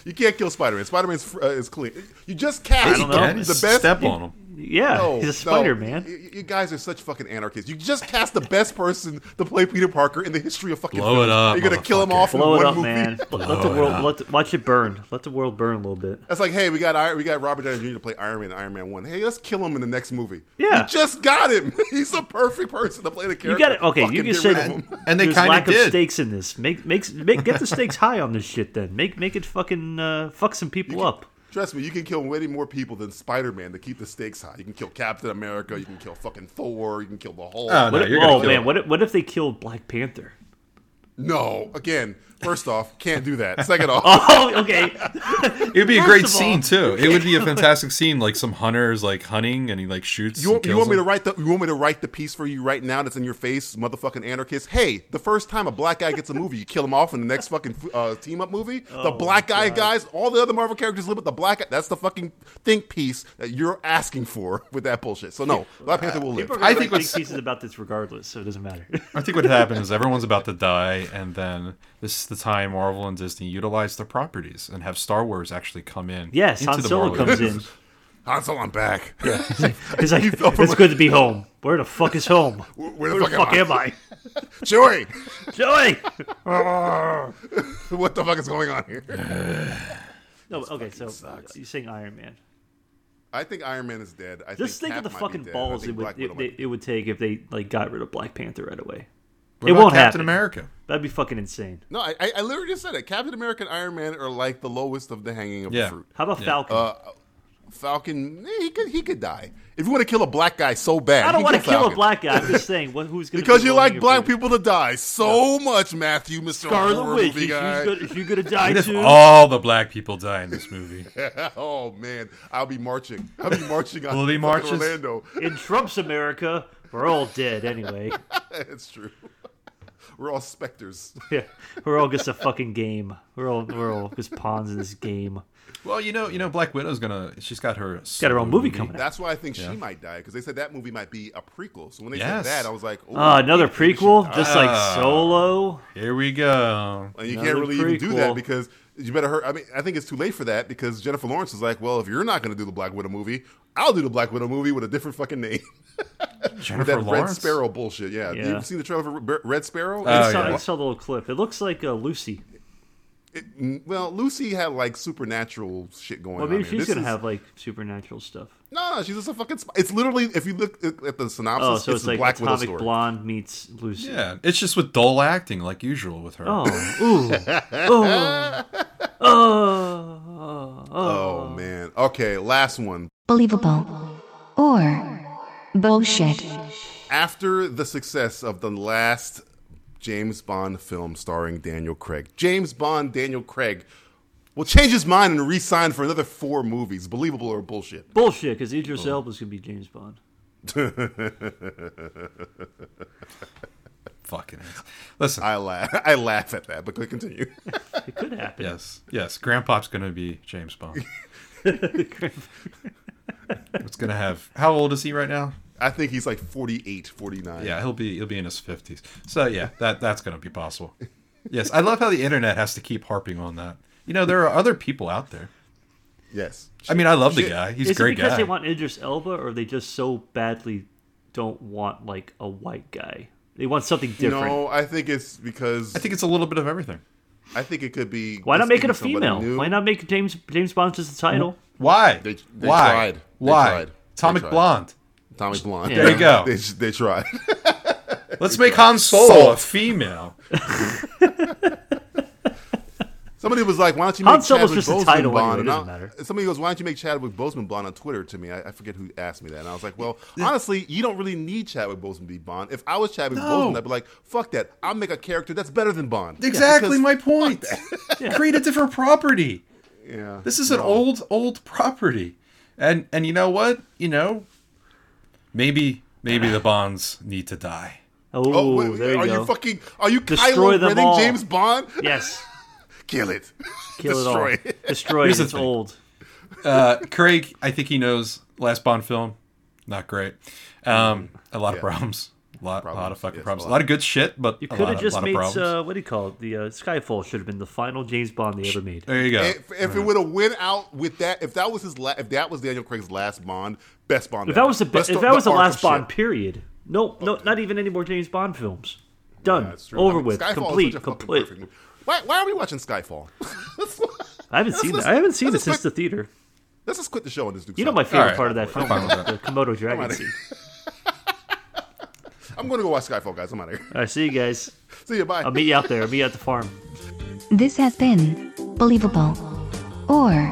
S2: you can't kill Spider-Man. Spider-Man's fr- uh, is clean. You just cast
S3: I don't know.
S4: That
S2: the
S4: is
S2: best
S4: step on him.
S3: Yeah,
S2: No,
S3: he's
S2: no.
S3: a Spider Man.
S2: You, you guys are such fucking anarchists. You just cast the best person to play Peter Parker in the history of fucking
S4: Blow
S2: films.
S4: it up,
S2: You're gonna kill him
S4: motherfucker.
S2: off in
S3: Blow
S2: one
S3: it up,
S2: movie.
S3: man. Let- Let the
S4: Blow it
S3: world
S4: up.
S3: let the, watch it burn. Let the world burn a little bit.
S2: That's like, hey, we got Iron- we got Robert Downey Jr. to play Iron Man. in Iron Man One. Hey, let's kill him in the next movie.
S3: Yeah.
S2: you just got him. He's the perfect person to play the
S3: You
S2: character.
S3: got it. Okay, you
S2: Fucking
S3: can
S2: get
S3: say
S2: rid of
S3: that.
S2: him.
S7: And they
S3: there's
S7: kinda
S3: lack of
S7: did.
S3: stakes in this. Make makes make get the stakes high on this shit. Then make make it fucking uh, fuck some people up.
S2: Trust me, you can kill many more people than Spider Man to keep the stakes high. You can kill Captain America. You can kill fucking Thor. You can kill the Hulk.
S4: Oh, no,
S3: What if-
S4: you're gonna
S3: oh
S4: kill
S3: man,
S4: him.
S3: what if, what if they killed Black Panther?
S2: No, again, first off, can't do that. Second off,
S3: Oh, okay.
S4: It would be a
S3: First
S4: great
S3: of all-
S4: scene too. It would be a fantastic scene, like some hunters like hunting and he like shoots.
S2: You want,
S4: and
S2: you want me to
S4: kills
S2: write the you want me to write the piece for you right now that's in your face, motherfucking anarchist? Hey, the first time a black guy gets a movie, you kill him off in the next fucking uh, team up movie.
S3: Oh,
S2: the black guy guys, all the other Marvel characters live with the black. guy. That's the fucking think piece that you're asking for with that bullshit. So no, Black Panther will live.
S3: People are
S4: I
S3: gonna
S4: think
S3: write big
S4: what's-
S3: pieces about this regardless, so it doesn't matter.
S4: I think what happened is everyone's about to die, and then this is the time Marvel and Disney utilize their properties and have Star Wars actually come in.
S3: yes, Han Solo
S4: Marvel
S3: comes
S4: universe.
S3: in.
S2: Han Solo, I'm back.
S3: He's like,
S2: fell for
S3: it's
S2: my-
S3: good to be home. Where the fuck is home?
S2: Where, where
S3: Where the fuck am I?
S2: Joey,
S3: Joey!
S2: what the fuck is going on here?
S3: No, okay, so you're saying Iron Man.
S2: I think Iron Man is dead. I
S3: Just think
S2: Cap
S3: of the
S2: might be
S3: fucking
S2: dead. I
S3: balls
S2: think
S3: it
S2: Black
S3: would
S2: Widow
S3: it,
S2: might be
S3: it would take if they like got rid of Black Panther right away.
S4: What
S3: it
S4: about
S3: won't
S4: Captain
S3: happen.
S4: America.
S3: That'd be fucking insane.
S2: No, I, I I literally just said it. Captain America and Iron Man are like the lowest of the hanging of
S4: Yeah.
S2: the fruit.
S3: How about Falcon?
S2: Uh, Falcon, eh, he could he could die. If you want to kill a black guy so bad,
S3: I don't
S2: you
S3: want to kill
S2: Falcon.
S3: a black guy. I'm just saying, what, who's going to
S2: because you like black people to die so much, Matthew, Mister
S3: Scarlet
S2: Horror
S3: Witch,
S2: Movie
S3: is
S2: guy.
S3: you going to die
S4: What if
S3: too?
S4: all the black people die in this movie?
S2: Oh man, I'll be marching. I'll be marching on
S4: Will he
S2: fucking
S4: march his-
S2: Orlando.
S3: In Trump's America, we're all dead anyway.
S2: it's true. We're all specters.
S3: Yeah, we're all just a fucking game. We're all we're all just pawns in this game.
S4: Well, you know, you know, Black Widow's gonna. She's got her.
S3: Got her own movie coming out.
S2: That's why I think she might die because they said that movie might be a prequel. So when they
S4: Yes.
S2: said that, I was like, oh,
S3: Uh, another prequel, just
S2: Ah.
S3: like Solo.
S4: Here we go.
S2: And you can't
S3: Another
S2: really even do that
S3: prequel.
S2: because you better hurt. I mean, I think it's too late for that because Jennifer Lawrence is like, well, if you're not going to do the Black Widow movie, I'll do the Black Widow movie with a different fucking name. with
S4: Jennifer
S2: that Red
S4: Lawrence?
S2: Sparrow bullshit. Yeah.
S3: Yeah.
S2: You ever seen the trailer for Re- Red Sparrow?
S4: Oh,
S3: I saw,
S4: yeah.
S3: I saw the little clip. It looks like uh, Lucy.
S2: It- mm, well, Lucy had like supernatural shit going
S3: Well,
S2: on.
S3: maybe
S2: here.
S3: she's
S2: This
S3: gonna
S2: is-
S3: have like supernatural stuff.
S2: No, no, she's just a fucking. Sp- it's literally, if you look at at the synopsis,
S3: Oh, so it's,
S2: the
S3: like
S2: Black Widow
S3: Atomic
S2: story.
S3: Blonde meets Lucy.
S4: Yeah, it's just with dull acting like usual with her.
S3: Oh, ooh, oh, oh, oh,
S2: Oh, man. Okay, last one.
S1: Believable. Or bullshit.
S2: after the success of the last James Bond film starring Daniel Craig, James Bond Daniel Craig will change his mind and re-sign for another four movies. Believable or bullshit?
S3: bullshit. Because Idris Elba's gonna be James Bond.
S4: fucking ass. Listen,
S2: I laugh. I laugh at that, but continue.
S3: It could happen.
S4: yes, yes, Grandpop's gonna be James Bond. It's gonna have. How old is he right now?
S2: I think he's like 48, 49.
S4: Yeah, he'll be he'll be in his fifties. So yeah, that that's gonna be possible. Yes, I love how the internet has to keep harping on that. You know, there are other people out there.
S2: Yes.
S4: I mean, I love the
S2: Shit.
S4: guy. He's a
S3: Is it
S4: great
S3: because
S4: guy.
S3: they want Idris Elba, or they just so badly don't want like a white guy? They want something different.
S2: No, I think it's because
S4: I think it's a little bit of everything.
S2: I think it could be.
S3: Why not
S2: this
S3: make
S2: could
S3: it a
S2: be somebody
S3: female?
S2: new.
S3: Why not make James James Bond just the title?
S4: Why?
S2: They- they
S4: Why?
S2: tried. They
S4: Why?
S2: tried. They
S4: Atomic
S2: tried.
S4: Blonde.
S2: Tommy Blonde?
S3: There you
S4: go.
S2: They, they tried.
S4: Let's make Han Solo a
S2: Salt.
S4: female.
S2: Somebody was like, "Why don't you
S3: Han
S2: make
S3: Solo's
S2: Chadwick
S3: just a
S2: Boseman
S3: title
S2: blonde?"
S3: anyway, it doesn't
S2: And I-
S3: matter.
S2: Somebody goes, "Why don't you make Chadwick Boseman blonde?" On Twitter to me, I, I forget who asked me that, and I was like, "Well, honestly, you don't really need Chadwick Boseman to be Bond. If I was Chadwick
S4: No.
S2: Boseman, I'd be like, fuck that. I'll make a character that's better than Bond.'
S4: Exactly my point. Create a different property.
S2: Yeah,
S4: This is an old old property. And and you know what? You know, maybe maybe the Bonds need to die.
S3: Oh,
S2: Oh, wait,
S3: there you
S2: are
S3: go.
S2: you fucking? Are you
S3: Destroy
S2: Kylo
S3: them
S2: Ren and
S3: all.
S2: James Bond?
S3: yes,
S2: Kill it.
S3: kill
S2: Destroy
S3: it all. Destroy
S4: Here's
S3: it.
S4: the
S3: It's
S4: thing.
S3: old.
S4: Uh, Craig, I think he knows last Bond film. Not great. Um, a lot of
S2: Yeah.
S4: problems. A lot, lot of
S2: Problems.
S4: fucking
S2: Yes,
S4: problems.
S2: a
S4: A
S2: lot.
S4: lot of good shit, but
S3: You
S4: a
S3: could
S4: lot
S3: have
S4: of,
S3: just
S4: lot of
S3: made
S4: problems.
S3: uh, what do you call it? The uh, Skyfall should have been the final James Bond they ever made.
S4: there you go.
S2: If, if it would have went out with that, if that was his, la- if that was Daniel Craig's last Bond, best Bond.
S3: If that was the
S2: best,
S3: best, if that was the last Bond period, no, no, not even any more James Bond films. Done, over with, complete, complete.
S2: Why, why are we watching Skyfall? let's,
S3: I haven't seen that.
S2: just-
S3: I haven't seen it
S2: let's
S3: since
S2: just
S3: the theater.
S2: let's just quit the show on this. New
S3: You know my
S2: subject.
S3: favorite
S4: right.
S3: part of that film,
S4: fine with
S3: the Komodo dragon
S2: outta
S3: scene.
S2: I'm going to go watch Skyfall, guys. I'm out of here.
S3: All right, see you guys.
S2: See you. Bye.
S3: I'll meet you out there. I'll meet you at the farm.
S1: This has been believable or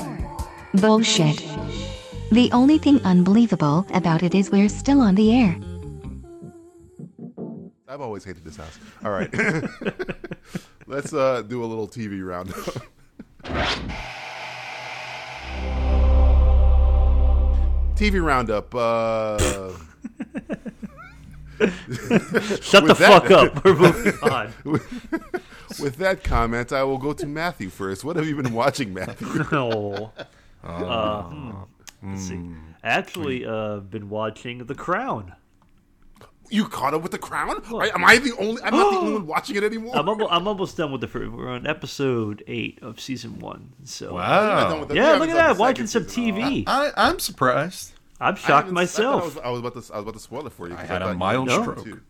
S1: bullshit. The only thing unbelievable about it is we're still on the air.
S2: I've always hated this house. All right. let's uh, do a little TV roundup. TV roundup. Uh,
S3: Shut the
S2: With that-
S3: fuck up. We're moving on.
S2: with that comment, I will go to Matthew first. What have you been watching, Matthew?
S3: No. Uh, hmm. Let's see. I actually uh, been watching The Crown.
S2: You caught up with the crown? I, am I the only? I'm not the only one watching it anymore.
S3: I'm, almo- I'm almost done with the first. We're on episode eight of season one. So
S2: I'm done
S4: wow.
S2: with the-
S3: yeah,
S2: I'm
S3: look at
S2: done
S3: that.
S2: with the
S3: Watching
S2: second
S3: some
S2: season. Oh,
S3: TV.
S4: Oh. I, I'm surprised.
S3: I'm
S2: I
S3: shocked
S2: haven't- I thought I was,
S3: myself.
S2: I was about to. I was about to spoil it for you. 'cause
S4: I had a
S2: thought-
S4: mild
S3: No.
S4: stroke.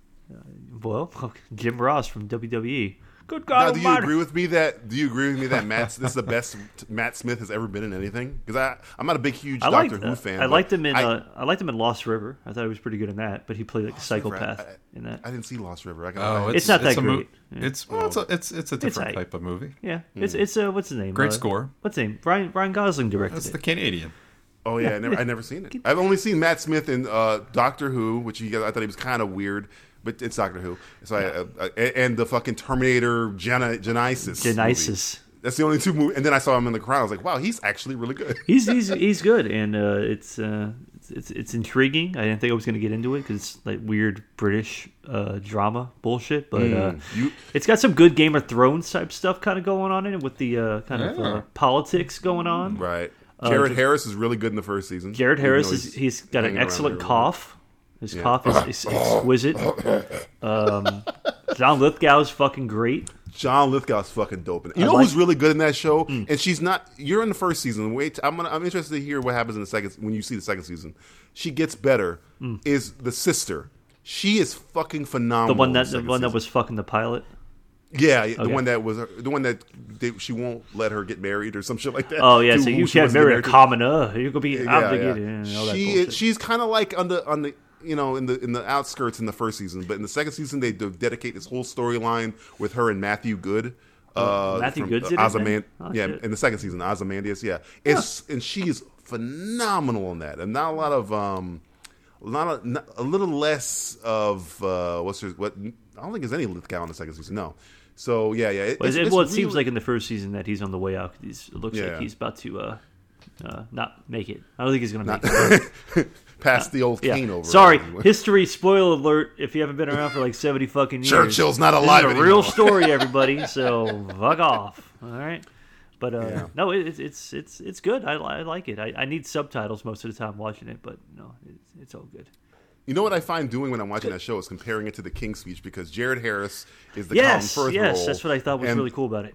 S3: Well, Jim Ross from WWE. Good
S2: Now,
S3: God
S2: do you
S3: Almighty.
S2: agree with me that? Do you agree with me that Matt? this is the best Matt Smith has ever been in anything? Because I, I'm not a big huge
S3: I liked,
S2: Doctor Who
S3: uh,
S2: fan.
S3: I
S2: but
S3: liked him in.
S2: I,
S3: I, uh, I liked him in Lost River. I thought he was pretty good in that, but he played like a
S2: River, I-
S3: psychopath
S2: I-
S3: in that.
S2: I didn't see Lost River. I can,
S4: Oh,
S3: It's not that
S4: a mo-
S3: great. Yeah.
S4: It's well, it's a it's it's a different
S3: aight.
S4: type of movie.
S3: yeah,
S2: hmm.
S3: it's it's uh, what's his name?
S4: Great
S3: Uh,
S4: score.
S3: What's his name? Ryan Ryan Gosling directed
S4: That's
S3: it.
S4: the Canadian.
S2: oh yeah, I never, I never seen it. I've only seen Matt Smith in uh, Doctor Who, which you guys, I thought he was kind of weird, but it's Doctor Who. So I, uh, uh, and the fucking Terminator Geni- Genesis. movie.
S3: Dionysus.
S2: That's the only two movies. And then I saw him in The Crown. I was like, wow, he's actually really good.
S3: He's he's he's good, and uh, it's, uh, it's it's it's intriguing. I didn't think I was gonna get into it because it's like weird British uh, drama bullshit, but uh,
S2: Hmm. You-
S3: it's got some good Game of Thrones type stuff kind of going on in it with the uh, kind of uh, politics going on.
S2: Right. Jared Harris is really good in the first season.
S3: Uh, Jared
S2: even though
S3: Harris is he's got
S2: hanging
S3: an
S2: around
S3: excellent
S2: there a little
S3: cough. His cough is, is exquisite. Um, John Lithgow's fucking great.
S2: bit. John Lithgow's fucking dope. in it. You
S3: I
S2: know
S3: like- Mm.
S2: who's really good in that show? And she's not. You're in the first season. Wait, I'm gonna, I'm interested to hear what happens in the second when you see the second season. She gets better. Is the sister? She is fucking
S3: Mm. The
S2: phenomenal.
S3: one
S2: in
S3: that the
S2: second
S3: one that
S2: season.
S3: was fucking the pilot.
S2: yeah, yeah, the
S3: okay.
S2: one that was her, the one that they, she won't let her get married or some shit like that.
S3: Oh yeah,
S2: To
S3: so
S2: who
S3: you
S2: she
S3: can't
S2: wants to get
S3: marry a
S2: to.
S3: commoner. You're gonna be
S2: Yeah,
S3: obligated.
S2: yeah.
S3: And all that
S2: she
S3: bullshit.
S2: is, she's kind of like on the on the you know in the in the outskirts in the first season, but in the second season they de- dedicate this whole storyline with her and Matthew Good. Uh,
S3: Oh, Matthew
S2: from,
S3: Good's
S2: uh,
S3: in it, man?
S2: Ozyman-
S3: Oh,
S2: yeah,
S3: shit.
S2: in the second season, Ozymandias. Yeah, it's and she is phenomenal in that, and not a lot of um, a lot of not, a little less of uh, what's her what I don't think there's any Lithgow in the second season. No, so yeah, yeah.
S3: Well,
S2: it's-
S3: it,
S2: it's
S3: well, it
S2: really-
S3: seems like in the first season that he's on the way out. 'cause He's, it looks
S2: Yeah.
S3: like he's about to uh, uh, not make it. I don't think he's gonna make it.
S2: pass the old
S3: Yeah.
S2: cane over.
S3: Sorry,
S2: everyone.
S3: history spoiler alert. If you haven't been around for like seventy fucking years,
S2: Churchill's not
S3: this is
S2: alive
S3: a
S2: anymore.
S3: real story, everybody. So fuck off. All right. But uh,
S2: Yeah.
S3: no, it, it's it's it's it's good. I, li- I like it. I, I need subtitles most of the time watching it, but no, it's, it's all good.
S2: You know what I find doing when I'm watching that show is comparing it to the King's Speech because Jared Harris is the
S3: yes,
S2: Colin Firth
S3: yes,
S2: role,
S3: that's what I thought was
S2: and,
S3: really cool about it.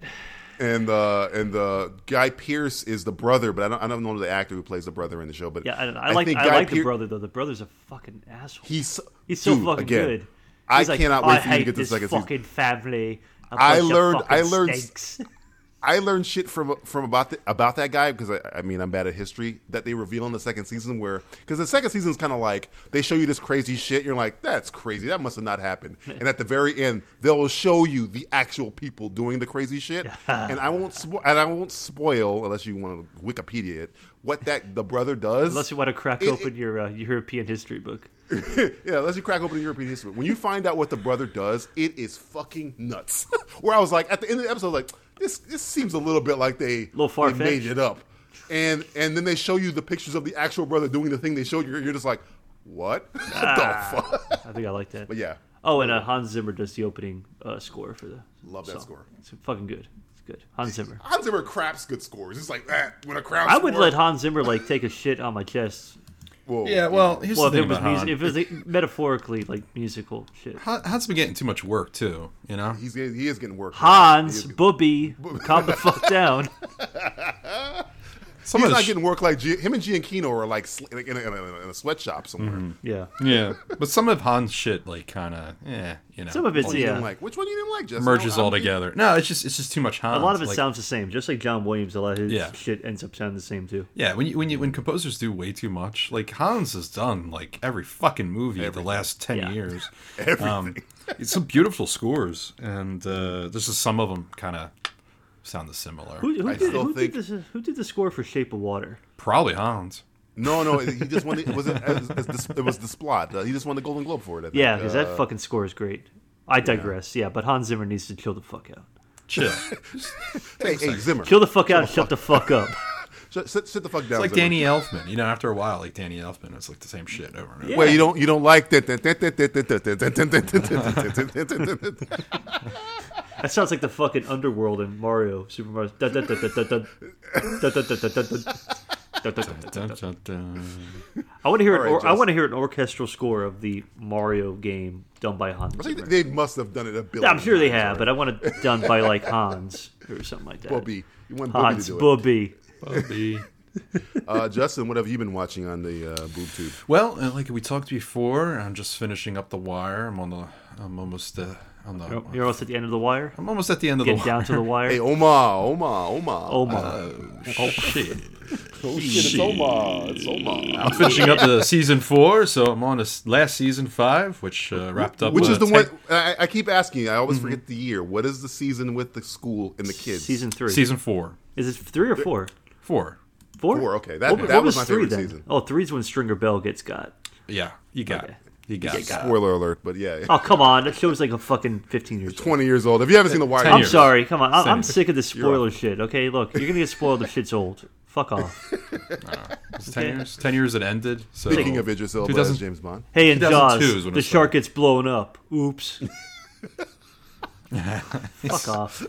S2: And uh, and uh, Guy Pierce is the brother, but I don't I don't know the actor who plays the brother in the show. But
S3: Yeah, I, don't know. I like
S2: think
S3: I
S2: Guy
S3: like the
S2: Pier-
S3: brother though. The brother's a fucking asshole.
S2: He's
S3: He's so
S2: dude,
S3: fucking
S2: again,
S3: good.
S2: I
S3: He's like,
S2: cannot wait for you to get
S3: hate
S2: to the
S3: this
S2: second season."
S3: fucking family. A
S2: I
S3: bunch of
S2: learned-
S3: fucking
S2: I learned-
S3: snakes."
S2: I learned shit from from about the, about that guy because I, I mean I'm bad at history that they reveal in the second season where because the second season is kind of like they show you this crazy shit you're like that's crazy that must have not happened and at the very end they'll show you the actual people doing the crazy shit and I won't spo- and I won't spoil unless you want to Wikipedia it what that the brother does
S3: Unless you want to crack
S2: It- it-
S3: open your uh, European history book.
S2: yeah, unless you crack open the European history. book. When you find out what the brother does, it is fucking nuts. Where I was like, at the end of the episode, like this, this seems a little bit like they,
S3: Little
S2: they
S3: far-fetched.
S2: made it up, and and then they show you the pictures of the actual brother doing the thing they showed you. You're just like, what
S3: Ah.
S2: the fuck?
S3: I think I like that.
S2: But yeah,
S3: Oh, and uh, Hans Zimmer does the opening uh, score for the.
S2: Love that
S3: song.
S2: score.
S3: It's fucking good. It's good. Hans Zimmer.
S2: Hans Zimmer craps good scores. It's like that when a crowd.
S3: I would
S2: score-
S3: let Hans Zimmer like take a shit on my chest.
S2: Whoa.
S4: Yeah, well, here's
S3: Well, if
S4: the
S3: it
S4: thing
S3: was
S4: about
S3: music,
S4: Han.
S3: if it was like, metaphorically like musical shit.
S4: Han- Han's been getting too much work too. You know,
S2: He's, he is getting work.
S3: Hans, Booby, calm the fuck down.
S4: some
S2: He's
S4: of the
S2: not
S4: sh-
S2: getting work like G- him and Gianchino are like sl- like in a, in a, in a sweatshop somewhere.
S3: Yeah.
S4: yeah, but some of Han's shit like kind of yeah, you know,
S3: Some of it's
S2: You didn't
S3: yeah.
S2: like which one you didn't like? Justin?
S4: merges
S2: I- I-
S4: all together. No, it's just it's just too much
S3: a
S4: Han.
S3: lot of it
S4: like,
S3: sounds the same. Just like John Williams, a lot of his
S4: Yeah.
S3: shit ends up sounding the same too.
S4: Yeah, when you when you when composers do way too much, like Hans has done like every fucking movie of the last ten
S3: Yeah.
S4: years. Everything. Um, it's some beautiful scores, and uh, there's just some of them kind of sound similar.
S3: Who, who,
S2: I
S3: did,
S2: still
S3: who,
S2: think-
S3: did this, who did the score for Shape of Water?
S4: Probably Hans.
S2: No, no, he just won. The, it was it, it was the splot. Uh, he just won the Golden Globe for it. I think.
S3: Yeah, because
S2: Uh,
S3: that fucking score is great. I digress. Yeah. but Hans Zimmer needs to chill the fuck out.
S4: Chill. it's
S2: hey, hey, Zimmer,
S3: Chill the fuck out and shut the fuck up.
S2: shut, sit, sit the fuck down.
S4: like
S2: Zimmer.
S4: Danny Elfman. You know, after a while, like Danny Elfman, it's like the same shit over and over.
S2: Well, you don't you don't like that. that- that- that- that- that- that- that- that- that- that- that- that- that- that- that-
S3: That sounds like the fucking underworld in Mario, Super Mario. Dun, dun, dun, dun, dun, dun. Dun, dun, dun, dun, dun, dun. Dun, dun, dun, dun, dun,
S4: Dun,
S3: dun.
S4: dun, dun.
S3: I want to hear
S2: All
S3: an
S2: right,
S3: or, I
S2: Jess.
S3: want to hear an orchestral score of the Mario game done by Hans.
S2: I think
S3: Zimmer.
S2: They must have done it a billion.
S3: I'm sure they
S2: times
S3: have, but I want it done by like Hans or something like that.
S2: already. Bubby, you want Bubby to
S3: Hans
S2: do
S3: Bubby.
S4: Bobby.
S2: it. Uh, Justin, what have you been watching on the uh, boob tube?
S4: Well, uh, like we talked before, I'm just finishing up the wire. I'm on the. I'm almost. Uh, on the.
S3: You're- You're almost at the end of the wire.
S4: I'm almost at the end of
S3: Get
S4: the wire.
S3: down to the wire.
S2: Hey, oh. Omar, Omar, Omar.
S3: oh my!
S4: Oh shit.
S2: oh shit, it's Omar, Uh, it's Omar.
S4: I'm finishing up the season four, so I'm on this last season five, which uh, wrapped up.
S2: Which
S4: uh,
S2: is the
S4: ten-
S2: one I, I keep asking? I always forget the year. What is the season with the school and the kids?
S3: season three.
S4: Season four,
S3: Is it three or four?
S4: four.
S3: Four.
S2: Four, okay. That-
S3: what,
S2: that
S3: what
S2: was
S3: was,
S2: my
S3: three
S2: favorite
S3: then?
S2: season.
S3: Oh, three's when Stringer Bell gets got.
S4: Yeah, you got,
S3: Okay.
S4: it. you got, it.
S2: Spoiler alert, but yeah,
S3: Oh come on! That show's like a fucking fifteen years. old.
S2: twenty years old. If you haven't seen the Wire,
S4: Ten
S3: I'm
S4: years.
S3: sorry. Come on. I,
S4: Same.
S3: I'm sick of this spoiler shit. Okay, look, you're gonna get spoiled if shit's old. Fuck off.
S4: It's ten years. Ten years it ended. So
S2: Speaking of Idris Elba as
S4: 2000
S2: James Bond,
S3: Hey, and
S4: 2002
S3: Jaws,
S4: is when
S3: the
S4: it
S3: shark gets blown up. Oops. Fuck off.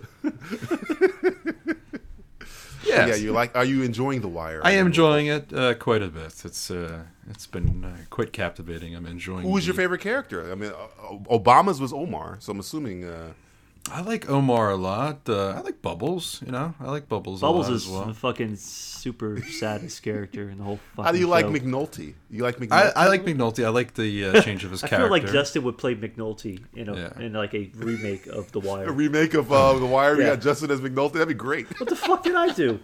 S4: yes,
S2: yeah, you like? Are you enjoying The Wire?
S4: I am enjoying it uh, quite a bit. It's uh, it's been uh, quite captivating. I'm enjoying.
S2: Who was your
S4: the-
S2: favorite character? I mean, uh, Obama's was Omar, so I'm assuming. Uh,
S4: I like Omar a lot. Uh, I like Bubbles. You know, I like Bubbles.
S3: Bubbles
S4: a lot
S3: is
S4: as well.
S3: the fucking super saddest character in the whole fucking
S2: how do you like
S3: show.
S2: McNulty? You like McNulty?
S4: I, I like McNulty. I like the uh, change of his
S3: I
S4: character.
S3: feel like Justin would play McNulty in a
S4: Yeah.
S3: in like a remake of The
S2: a
S3: Wire. what
S2: remake of uh, The Wire. We
S3: Yeah.
S2: got Justin as McNulty. That'd be great.
S3: the fuck did I do?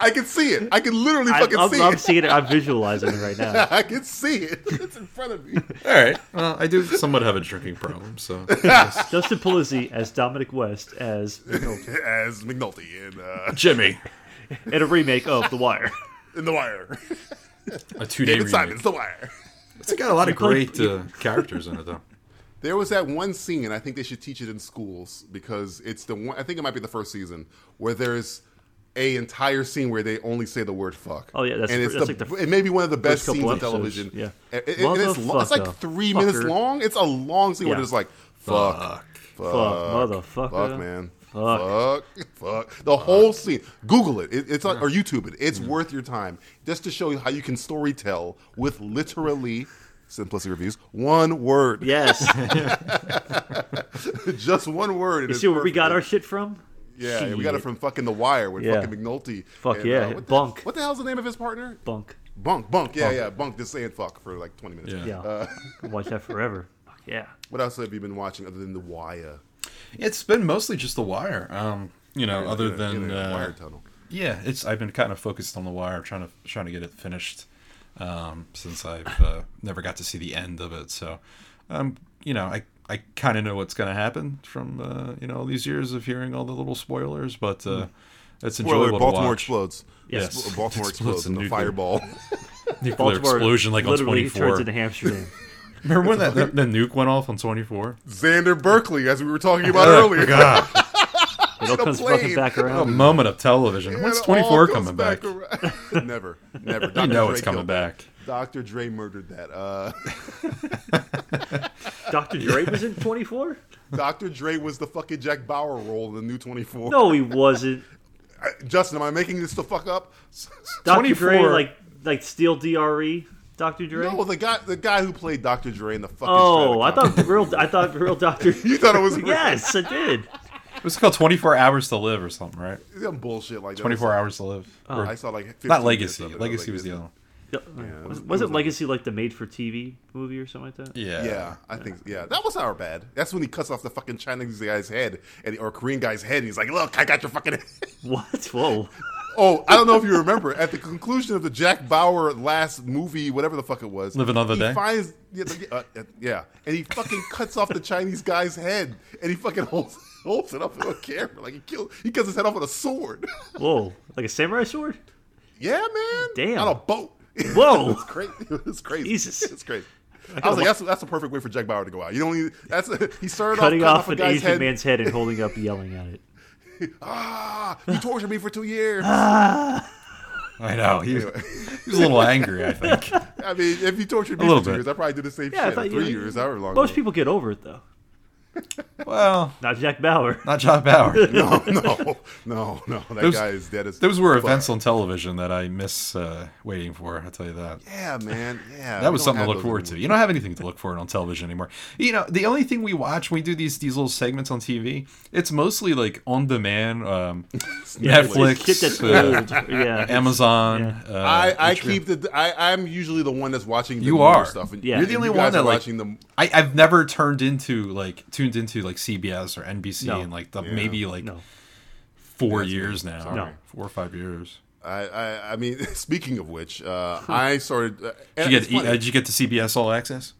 S2: I can see it. I can literally
S3: I,
S2: fucking
S3: am
S2: see
S3: I'm
S2: it.
S3: seeing it. I'm visualizing it right now.
S2: I can see it. It's in front of me.
S4: All right. Well, I do somewhat have a drinking problem, so
S3: Justin Polizzi as Dominic West as McNulty
S2: as McNulty in uh,
S4: Jimmy,
S3: in a remake of The Wire.
S2: in The Wire.
S4: a two-day
S2: David
S4: remake.
S2: Simon's The Wire.
S4: It's got a lot of
S3: play-
S4: great uh, characters in it, though.
S2: There was that one scene, and I think they should teach it in schools because it's the one. I think it might be the first season where there's a entire scene where they only say the word fuck.
S3: Oh, yeah, that's
S2: and
S3: fr-
S2: it's
S3: that's
S2: the,
S3: like the
S2: it may be one of the best
S3: couple
S2: scenes on
S3: episodes,
S2: television.
S3: yeah.
S2: And- and- and it's, lo- it's like
S3: Motherfucker.
S2: three minutes
S3: Fucker.
S2: long. It's a long scene where
S3: Yeah.
S2: it's like fuck, fuck,
S3: motherfucker.
S2: fuck, man,
S3: Fuck.
S2: fuck, fuck. The whole scene. Google it. it it's on, or YouTube it. It's
S3: Mm-hmm.
S2: worth your time just to show you how you can story tell with literally. Simplicity reviews. One word,
S3: Yes.
S2: just one word. and
S3: You
S2: it's
S3: see where we got
S2: perfect.
S3: our shit from?
S2: Yeah, we got it
S3: Shit.
S2: from fucking The Wire with
S3: Yeah.
S2: fucking McNulty.
S3: Fuck
S2: and, uh,
S3: yeah,
S2: what the-
S3: Bunk.
S2: What the hell's the name of his partner?
S3: Bunk.
S2: Bunk. Bunk. Yeah, yeah. Bunk. Just saying fuck for like twenty minutes.
S4: Yeah.
S3: Yeah. Could watch that forever. Fuck yeah.
S2: What else have you been watching other than The Wire?
S4: It's been mostly just The Wire. Um, you know, other
S2: You know, you
S4: than
S2: know, Wire
S4: uh,
S2: Tunnel.
S4: yeah, it's I've been kind of focused on The Wire, trying to trying to get it finished. Um, since I've uh, never got to see the end of it, so um, you know, I I kind of know what's going to happen from uh, you know all these years of hearing all the little spoilers, but uh, it's
S2: Spoiler:
S4: enjoyable. to
S2: Baltimore
S4: watch.
S2: explodes.
S3: Yes.
S2: Sp- Baltimore
S4: Explodes
S2: explodes
S4: in
S2: in a
S4: nuclear.
S2: fireball.
S4: Nuclear explosion like on
S3: literally
S4: twenty
S3: turns
S4: four.
S3: into Hamsterdam.
S4: Remember when that, that the nuke went off on twenty four?
S2: Xander Berkeley, as we were talking about earlier.
S4: God,
S3: It all comes fucking
S2: plane.
S3: back
S4: a
S3: around.
S4: moment of television.
S2: And
S4: When's
S2: it
S4: twenty
S2: all
S4: four
S2: comes
S4: coming back?
S2: around. never, never. Dr.
S4: I know
S2: Dre
S4: it's coming
S2: killed
S4: back.
S2: that. Dr. Dre murdered that. Uh,
S3: Dr. Dre was in 24?
S2: Dr. Dre was the fucking Jack Bauer role in the new Twenty Four.
S3: No, he wasn't.
S2: Justin, am I making this the fuck up?
S3: Dr. Dre,
S4: 24.
S3: like, like Steel DRE? Dr. Dre?
S2: No, Oh, the guy, the guy who played Dr. Dre in the fucking.
S3: oh,
S2: Stratocaster.
S3: I thought real. I thought real Dr.
S2: you thought it was real.
S3: yes, I did.
S4: It was called 24 Hours to Live or something, right?
S2: Some bullshit like that.
S4: 24 Hours to Live. Or-
S2: Oh, I saw like 15
S4: not
S2: minutes
S4: Legacy.
S2: of it. I
S4: Legacy was the
S2: this
S4: other one.
S3: Yeah, was, was it Legacy like the made for TV movie or something like that?
S4: Yeah.
S2: is- Yeah, I think yeah, that was our bad. That's when he cuts off the fucking Chinese guy's head and or Korean guy's head. And he's like, "Look, I got your fucking." head."
S3: What? Whoa.
S2: oh, I don't know if you remember at the conclusion of the Jack Bauer last movie, whatever the fuck it was,
S4: Live Another
S2: he
S4: Day?
S2: Finds yeah, the- uh, uh, yeah, and he fucking cuts off the Chinese guy's head and he fucking holds holds it up on camera like he killed. He cuts his head off with a sword.
S3: Whoa. Like a samurai sword?
S2: Yeah, man.
S3: Damn.
S2: On a boat.
S3: Whoa.
S2: it's crazy. It's crazy.
S3: Jesus.
S2: It's crazy. I was like, that's that's the perfect way for Jack Bauer to go out. You don't need that's he started
S3: Cutting
S2: off,
S3: off an
S2: cutting a guy's
S3: Asian
S2: head.
S3: man's head and holding up, yelling at it.
S2: Ah, you tortured me for two years.
S4: I know. He, he was a little angry, I think.
S2: I mean, if you tortured me for
S4: little
S2: two
S4: bit.
S2: years, I probably do the same
S3: Yeah, I
S2: shit.
S3: thought
S2: Or
S3: you-
S2: three years, however long.
S3: Most people get over it, though.
S4: Well,
S3: Not Jack Bauer.
S4: not John Bauer.
S2: No, no, no, no. That
S4: Those-
S2: guy is dead as.
S4: Those were
S2: fuck.
S4: events on television that I miss uh, waiting for, I'll tell you that.
S2: Yeah, man. Yeah.
S4: That
S2: we
S4: was
S2: don't
S4: something
S2: have
S4: to look
S2: those
S4: forward to.
S2: anymore.
S4: You don't have anything to look forward on television anymore. You know, the only thing we watch when we do these these little segments on TV, it's mostly like on demand, um, Netflix,
S3: Shit that's
S4: uh,
S3: old. Yeah.
S4: Amazon. Uh,
S2: I, I
S4: HBO.
S2: keep the I I'm usually the one that's watching the
S4: You
S2: newer
S4: are.
S2: stuff. And
S3: Yeah.
S2: and
S3: You're the
S2: you
S4: only
S2: guys
S4: one that,
S2: are
S4: like-
S2: watching them.
S4: I, I've never turned into like tuned into like CBS or NBC
S3: No.
S4: in like the maybe like
S3: No.
S4: four years now,
S3: No.
S4: four or five years.
S2: I, I I mean, speaking of which, uh,
S3: Hmm.
S2: I started. Uh,
S4: Did
S2: and
S4: you
S2: it's
S4: get e-
S2: funny.
S4: uh, did you get to CBS All Access?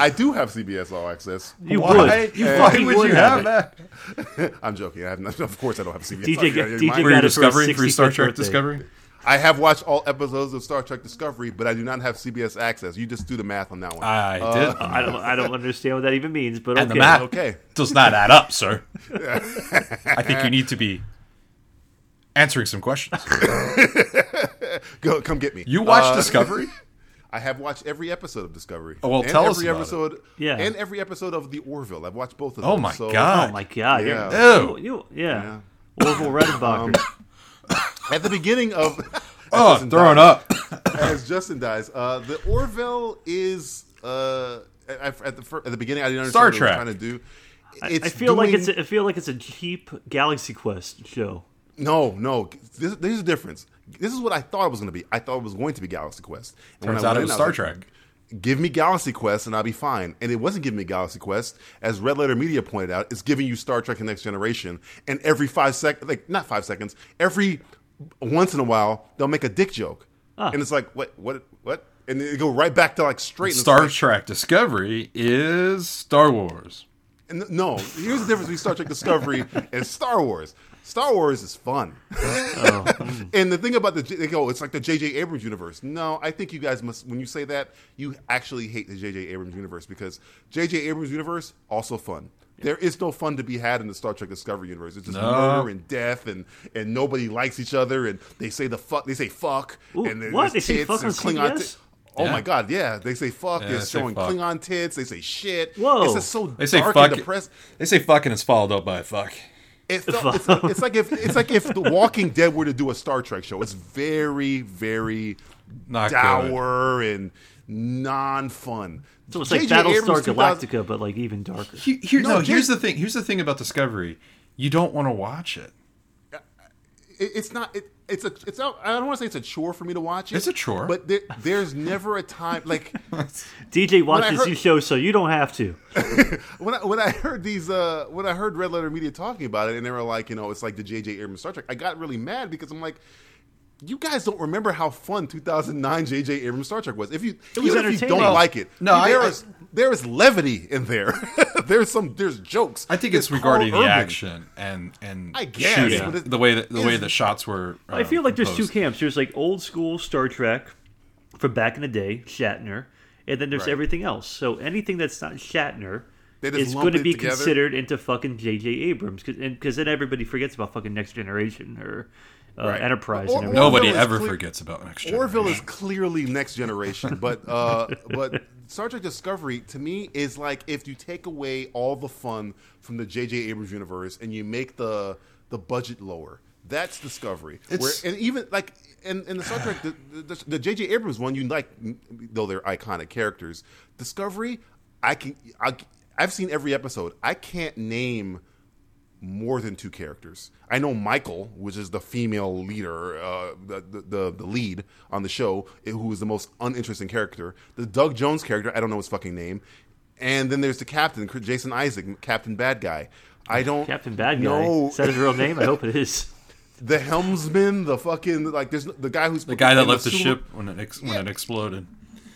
S2: I do have CBS All Access.
S3: You would.
S4: You
S3: You
S4: fucking would,
S3: would
S4: you
S3: have
S4: have
S3: it.
S4: that?
S2: I'm joking. I have not, of course, I don't have CBS.
S3: DJ
S2: All
S3: got-
S2: Access.
S3: DJ
S4: For
S2: Mine-
S4: your
S3: got it for his
S4: Discovery, for your Star
S3: 65th
S4: Trek
S3: birthday.
S4: Discovery.
S2: I have watched all episodes of Star Trek Discovery, but I do not have CBS Access. You just do the math on that one.
S4: I did.
S3: I don't, I don't understand what that even means, but
S4: and
S3: okay.
S4: the math
S2: okay.
S4: does not add up, sir. I think you need to be answering some questions.
S2: Go, come get me.
S4: You watch
S2: Uh,
S4: Discovery?
S2: I have watched every episode of Discovery.
S4: Oh, well,
S2: and
S4: tell us
S2: every
S4: about it.
S2: episode.
S3: Yeah.
S2: and every episode of The Orville. I've watched both of them.
S4: Oh my
S2: so-
S4: god!
S3: Oh my god!
S2: Yeah.
S3: you're- You, you, yeah. Um, Orville Redenbacher.
S2: At the beginning of
S4: Oh,
S2: Justin
S4: throwing
S2: dies.
S4: up.
S2: as Justin dies, uh, the Orville is uh, I- I- at the fir- at the beginning. I didn't
S4: Star
S2: understand what
S4: Trek.
S2: it was trying to do.
S3: I
S2: It's
S3: feel like
S2: doing-
S3: it's a, I feel like it's a cheap Galaxy Quest show.
S2: No, no. This, there's a difference. This is what I thought it was going to be. I thought it was going to be Galaxy Quest. And when
S4: Turns
S2: I
S4: out
S2: went
S4: it
S2: in,
S4: was
S2: I
S4: Star
S2: like,
S4: Trek.
S2: Give me Galaxy Quest and I'll be fine. And it wasn't giving me Galaxy Quest. As Red Letter Media pointed out, it's giving you Star Trek and Next Generation. And every five seconds, like, not five seconds, every once in a while, they'll make a dick joke. And it's like, what, what, what? And they go right back to like straight. and it's
S4: Star
S2: like-
S4: Trek Discovery is Star Wars.
S2: and no, here's the difference between Star Trek Discovery and Star Wars. Star Wars is fun.
S3: Oh.
S2: and the thing about the J- they go, "Oh, it's like the J.J. Abrams universe. No, I think you guys must when you say that, you actually hate the J.J. Abrams universe because J.J. Abrams universe also fun. There is no fun to be had in the Star Trek Discovery universe. It's just
S4: No.
S2: murder and death, and and nobody likes each other, and they say the fuck, they say fuck,
S3: Ooh,
S2: and there's
S3: what? They say
S2: tits
S3: fuck
S2: and
S3: on
S2: Klingon.
S3: CBS?
S2: ti- Oh
S4: Yeah.
S2: my god, yeah, they say fuck.
S4: Yeah,
S2: they're
S4: they say
S2: showing
S4: fuck.
S2: Klingon tits. They say shit.
S3: Whoa.
S2: it's just so
S4: They say
S2: dark
S4: fuck.
S2: and depressing.
S4: They say fuck and it's followed up by fuck.
S2: It felt, it's, like, it's like if it's like if The Walking Dead were to do a Star Trek show. It's very, very
S4: Not good.
S2: dour and non-fun.
S3: So it's like
S2: J.J.
S3: Battlestar
S2: Abrams 2000
S3: Galactica, but like even darker.
S4: He- here-
S2: No,
S4: no,
S2: just-
S4: here's the thing. Here's the thing about Discovery. You don't want to watch it.
S2: it- it's not. It, it's a. It's not. I don't want to say it's a chore for me to watch it.
S4: It's a chore.
S2: but there, there's never a time like
S3: DJ watches
S2: heard-
S3: you show, so you don't have to.
S2: when I when I heard these uh when I heard Red Letter Media talking about it, and they were like, you know, it's like the J.J. Abrams Star Trek. I got really mad because I'm like. You guys don't remember how fun 2009 J.J. Abrams Star Trek was. If you,
S3: was
S2: even if you
S3: entertaining.
S2: don't like it,
S4: No, I-
S2: there
S4: I-
S2: is- there is levity in there. there's some there's jokes.
S4: I think
S2: There's
S4: it's regarding
S2: Carl
S4: the
S2: Urban.
S4: action and and
S2: I guess,
S4: shooting.
S2: but it-
S4: the way that the way
S2: it's-
S4: the shots were. Uh,
S3: I feel like there's two
S4: composed.
S3: camps. There's like old school Star Trek from back in the day, Shatner, and then there's
S2: Right.
S3: everything else. So anything that's not Shatner
S2: They just
S3: is
S2: lump
S3: going to
S2: it
S3: be
S2: together.
S3: considered into fucking J.J. Abrams because then everybody forgets about fucking Next Generation or uh,
S2: Right. Oh,
S3: Enterprise.
S2: Or-
S3: and everything.
S4: Nobody
S2: Orville is
S4: ever
S2: cle-
S4: forgets about next generation.
S2: Orville is clearly next generation, but uh, but Star Trek Discovery to me is like if you take away all the fun from the J.J. Abrams universe and you make the the budget lower. That's Discovery. Where,
S4: It's-
S2: and even like in, in the Star Trek, the- the- the J.J. Abrams one, you like though they're iconic characters. Discovery, I can I, I've seen every episode. I can't name more than two characters. I know Michael, which is the female leader, uh, the, the- the the lead on the show, who is the most uninteresting character. The Doug Jones character, I don't know his fucking name. And then there's the captain, Jason Isaac, Captain Bad Guy. I don't
S3: Captain Bad Guy.
S2: know
S3: Is that his real name? I hope it is.
S2: the helmsman, the fucking like there's no- the guy who's
S4: the guy that
S2: and
S4: left the
S2: super-
S4: ship when it ex- when it exploded.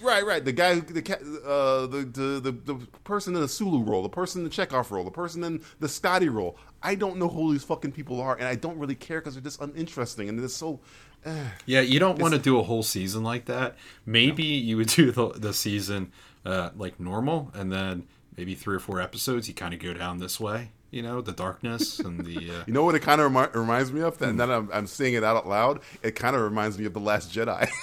S2: Right, right. The guy, who- the ca- uh, the, the the the person in the Sulu role, the person in the Chekhov role, the person in the Scotty role. I don't know who these fucking people are, and I don't really care because they're just uninteresting and they're so. eh.
S4: Yeah, you don't want to do a whole season like that. Maybe you would do the, the season uh, like normal, and then maybe three or four episodes. You kind of go down this way, you know, the darkness and the. Uh,
S2: You know what it kind of remi- reminds me of? That,
S3: Hmm.
S2: now that I'm, I'm saying it out loud, it kind of reminds me of the Last Jedi.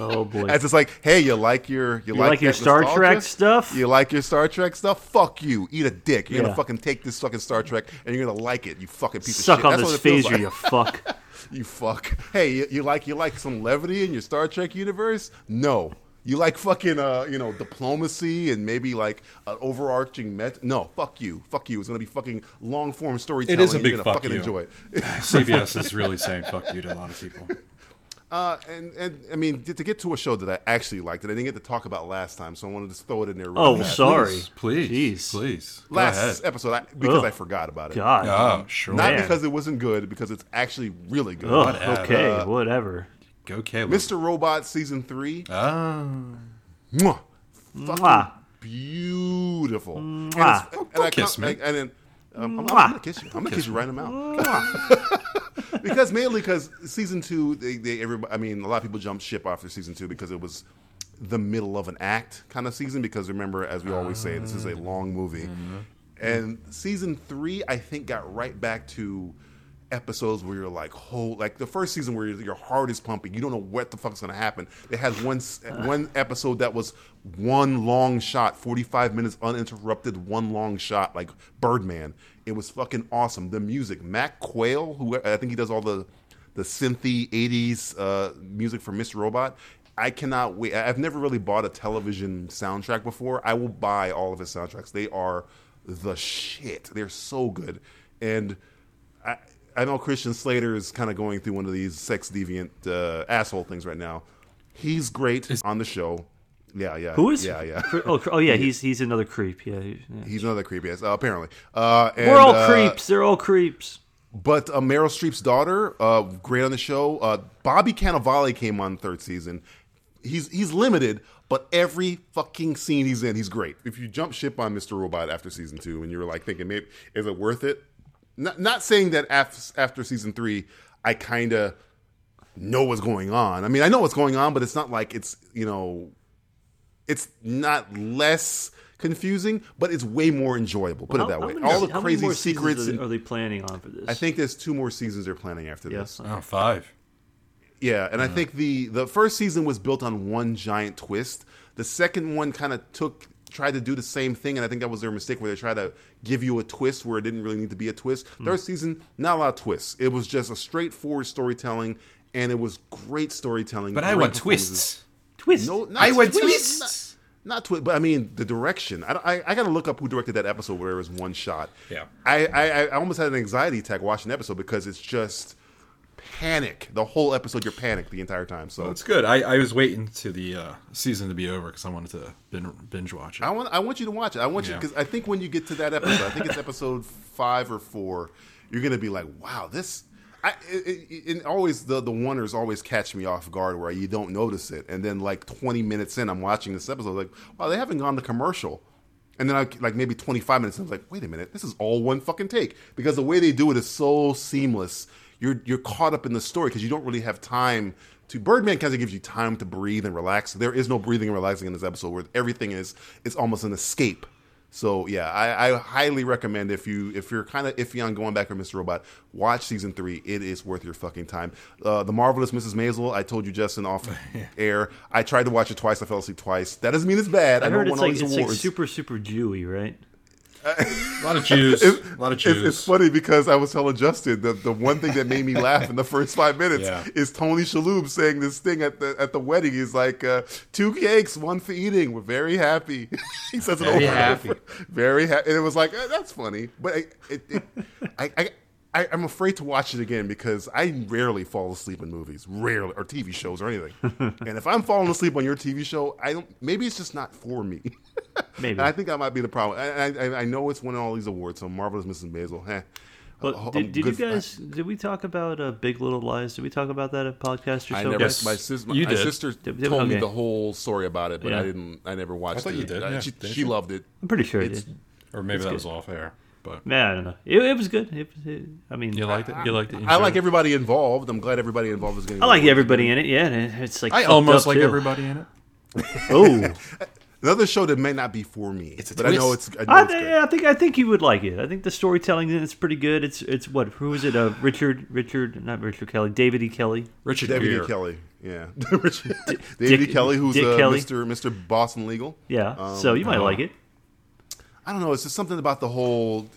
S3: Oh boy.
S2: As it's like, hey, you like your you, like,
S3: like your
S2: that
S3: Star
S2: nostalgia?
S3: Trek stuff?
S2: You like your Star Trek stuff? Fuck you! Eat a dick. You're
S3: Yeah.
S2: gonna fucking take this fucking Star Trek and you're gonna like it. You fucking piece
S3: Suck
S2: of shit.
S3: on
S2: That's
S3: this
S2: what it feels
S3: phaser,
S2: like.
S3: you fuck.
S2: You fuck. Hey, you, you like you like some levity in your Star Trek universe? No. You like fucking uh, you know, diplomacy and maybe like an overarching met. No, fuck you, fuck you. It's gonna be fucking long form storytelling.
S4: is a
S2: and
S4: big
S2: You're gonna
S4: fuck
S2: fucking
S4: you.
S2: enjoy it.
S4: CBS is really saying fuck you to a lot of people.
S2: Uh, and and I mean to to get to a show that I actually liked that I didn't get to talk about last time, so I wanted to just throw it in there. real
S3: Oh,
S2: fast.
S3: so- Sorry.
S4: please,
S3: Jeez.
S4: please, please. Go
S2: last
S4: ahead.
S2: episode I, because
S3: Ugh.
S2: I forgot about it.
S3: God.
S4: Oh, sure.
S2: Not
S3: Man.
S2: because it wasn't good, because it's actually really good.
S3: Ugh,
S4: whatever.
S3: okay, whatever.
S4: Go, Caleb.
S2: Mr. Robot season three.
S4: Ah.
S2: Mwah. Hmm.
S3: Mwah.
S2: beautiful. And,
S3: Mwah.
S2: it's- and I
S4: kiss
S2: come-
S4: me. Ah.
S2: And, then, um, I'm, I'm
S3: Mwah.
S2: gonna kiss you. I'm gonna kiss you right in the mouth. because mainly because season two, they, they everybody. I mean, a lot of people jumped ship after season two because it was the middle of an act kind of season. Because remember, as we always say, this is a long movie. And season three, I think, got right back to episodes where you're like, whole like the first season where your, your heart is pumping, you don't know what the fuck's gonna happen. They had one s- one episode that was one long shot, 45 minutes uninterrupted, one long shot, like Birdman. It was fucking awesome. The music, Mac Quayle, who I think he does all the the synthy 80s uh, music for Mr. Robot. I cannot wait. I- I've never really bought a television soundtrack before. I will buy all of his soundtracks. They are the shit. They're so good. And I, I know Christian Slater is kind of going through one of these sex deviant uh, asshole things right now. He's great on the show. Yeah, yeah.
S3: Who is?
S2: Yeah, yeah.
S3: Cre- Oh, cre- oh yeah, he's he's another creep. Yeah. he- yeah.
S2: He's another creepy ass, uh, apparently. Uh, and,
S3: We're all
S2: uh,
S3: creeps. They're all creeps.
S2: But uh, Meryl Streep's daughter, uh, great on the show. Uh, Bobby Cannavale came on third season. He's he's limited, but every fucking scene he's in, he's great. If you jump ship on Mr. Robot after season two, and you're like thinking, maybe is it worth it? Not not saying that af- after season three, I kind of know what's going on. I mean, I know what's going on, but it's not like it's you know, it's not less confusing, but it's way more enjoyable. Put it
S3: How-
S2: that
S3: how
S2: way.
S3: many-
S2: All
S3: how
S2: the
S3: many
S2: crazy
S3: more seasons
S2: secrets.
S3: Are they,
S2: and-
S3: are they planning on for this?
S2: I think uh, there's two more seasons they're planning after
S3: Yes.
S2: this.
S4: Oh, five.
S2: Yeah,
S8: Uh-huh.
S2: and I think the the first season was built on one giant twist. The second one kind of took tried to do the same thing, and I think that was their mistake where they tried to give you a twist where it didn't really need to be a twist.
S8: Hmm.
S2: Third season, not a lot of twists. It was just a straightforward storytelling, and it was great storytelling.
S8: But I
S2: great
S8: want twists.
S2: performances.
S3: Twist.
S2: No, not
S8: I want
S2: twists.
S8: twists.
S2: Not, not twist, but I mean the direction. I, I, I got to look up who directed that episode where it was one shot.
S4: Yeah.
S2: I, I, I almost had an anxiety attack watching the episode because it's just panic. The whole episode, you're panicked the entire time. So
S4: That's good. I, I was waiting to the uh, season to be over because I wanted to bin, binge watch it.
S2: I want I want you to watch it. I want you
S4: Yeah.
S2: because I think when you get to that episode, I think it's episode five or four, you're gonna be like, wow, this. I it, it, and always the the wonders always catch me off guard where you don't notice it, and then like 20 minutes in, I'm watching this episode like, wow, they haven't gone to commercial. And then I like maybe 25 minutes, in, I'm like, wait a minute, this is all one fucking take because the way they do it is so seamless. You're you're caught up in the story because you don't really have time to. Birdman kind of gives you time to breathe and relax. There is no breathing and relaxing in this episode where everything is it's almost an escape. So yeah, I, I highly recommend if you if you're kind of iffy on going back on Mr. Robot, watch season three. It is worth your fucking time. Uh, the marvelous Mrs. Maisel. I told you Justin off air. I tried to watch it twice. I fell asleep twice. That doesn't mean it's bad. I,
S3: I
S2: don't
S3: heard
S2: want
S3: it's
S2: all
S3: like
S2: these
S3: it's like
S2: awards.
S3: super super Jewy, right?
S4: A lot of Jews. a lot of
S2: It's-
S4: Jews.
S2: It's, funny because I was telling Justin the, the one thing that made me laugh in the first five minutes
S4: Yeah.
S2: is Tony Shalhoub saying this thing at the at the wedding. He's like, uh, two cakes, one for eating. We're very happy. he says it over
S8: happy.
S2: and over. Very happy. And it was like, eh, that's funny. But I, it, it, I, I, I, I'm afraid to watch it again because I rarely fall asleep in movies, rarely, or TV shows or anything. and if I'm falling asleep on your TV show, I don't. Maybe it's just not for me.
S3: Maybe.
S2: And I think that might be the problem. I, I, I know it's winning all these awards, so Marvelous Mrs. Maisel. Heh.
S3: But
S2: Uh, I'm
S3: did, did you
S2: good-
S3: guys? Did we talk about uh, Big Little Lies? Did we talk about that at podcast or
S2: I
S3: so?
S2: never.
S3: Rex?
S2: My, sis, my,
S4: You
S2: my
S4: did.
S2: sister
S3: Did- did-
S2: told me
S3: okay.
S2: the whole story about it, but I
S3: Yeah.
S2: didn't. I never watched.
S4: I thought
S2: it.
S4: you did,
S2: I-
S4: yeah.
S2: she,
S4: Didn't
S2: she
S4: you?
S2: loved it.
S3: I'm pretty sure I
S2: it's-
S3: did.
S4: or maybe that
S3: good.
S4: was off air. But
S3: Yeah, I don't know. It, it was good. It, it- I mean,
S4: you liked it. You liked it. You
S2: I like
S4: enjoyed
S2: everybody involved. I'm glad everybody involved is getting.
S3: I like everybody in it. Yeah, and it- it's like
S4: it. I
S3: fucked
S4: almost
S3: up,
S4: like
S3: too.
S4: everybody in it.
S3: Oh,
S2: Another show that may not be for me, it's
S8: a
S2: but I know it's. I know
S3: I,
S2: it's
S3: thi-
S2: good.
S3: I think I think you would like it. I think the storytelling in it's pretty good. It's it's what who is it? Uh, Richard Richard not Richard Kelly David E Kelly.
S4: Richard
S2: David
S4: Gere.
S2: E. Kelly, yeah, Richard- David E.
S3: Dick-
S2: Kelly, who's
S3: Dick
S2: uh,
S3: Kelly.
S2: Mr. Mr. Boston Legal.
S3: Yeah,
S2: Um,
S3: so you might like it.
S2: I don't know. It's just something about the whole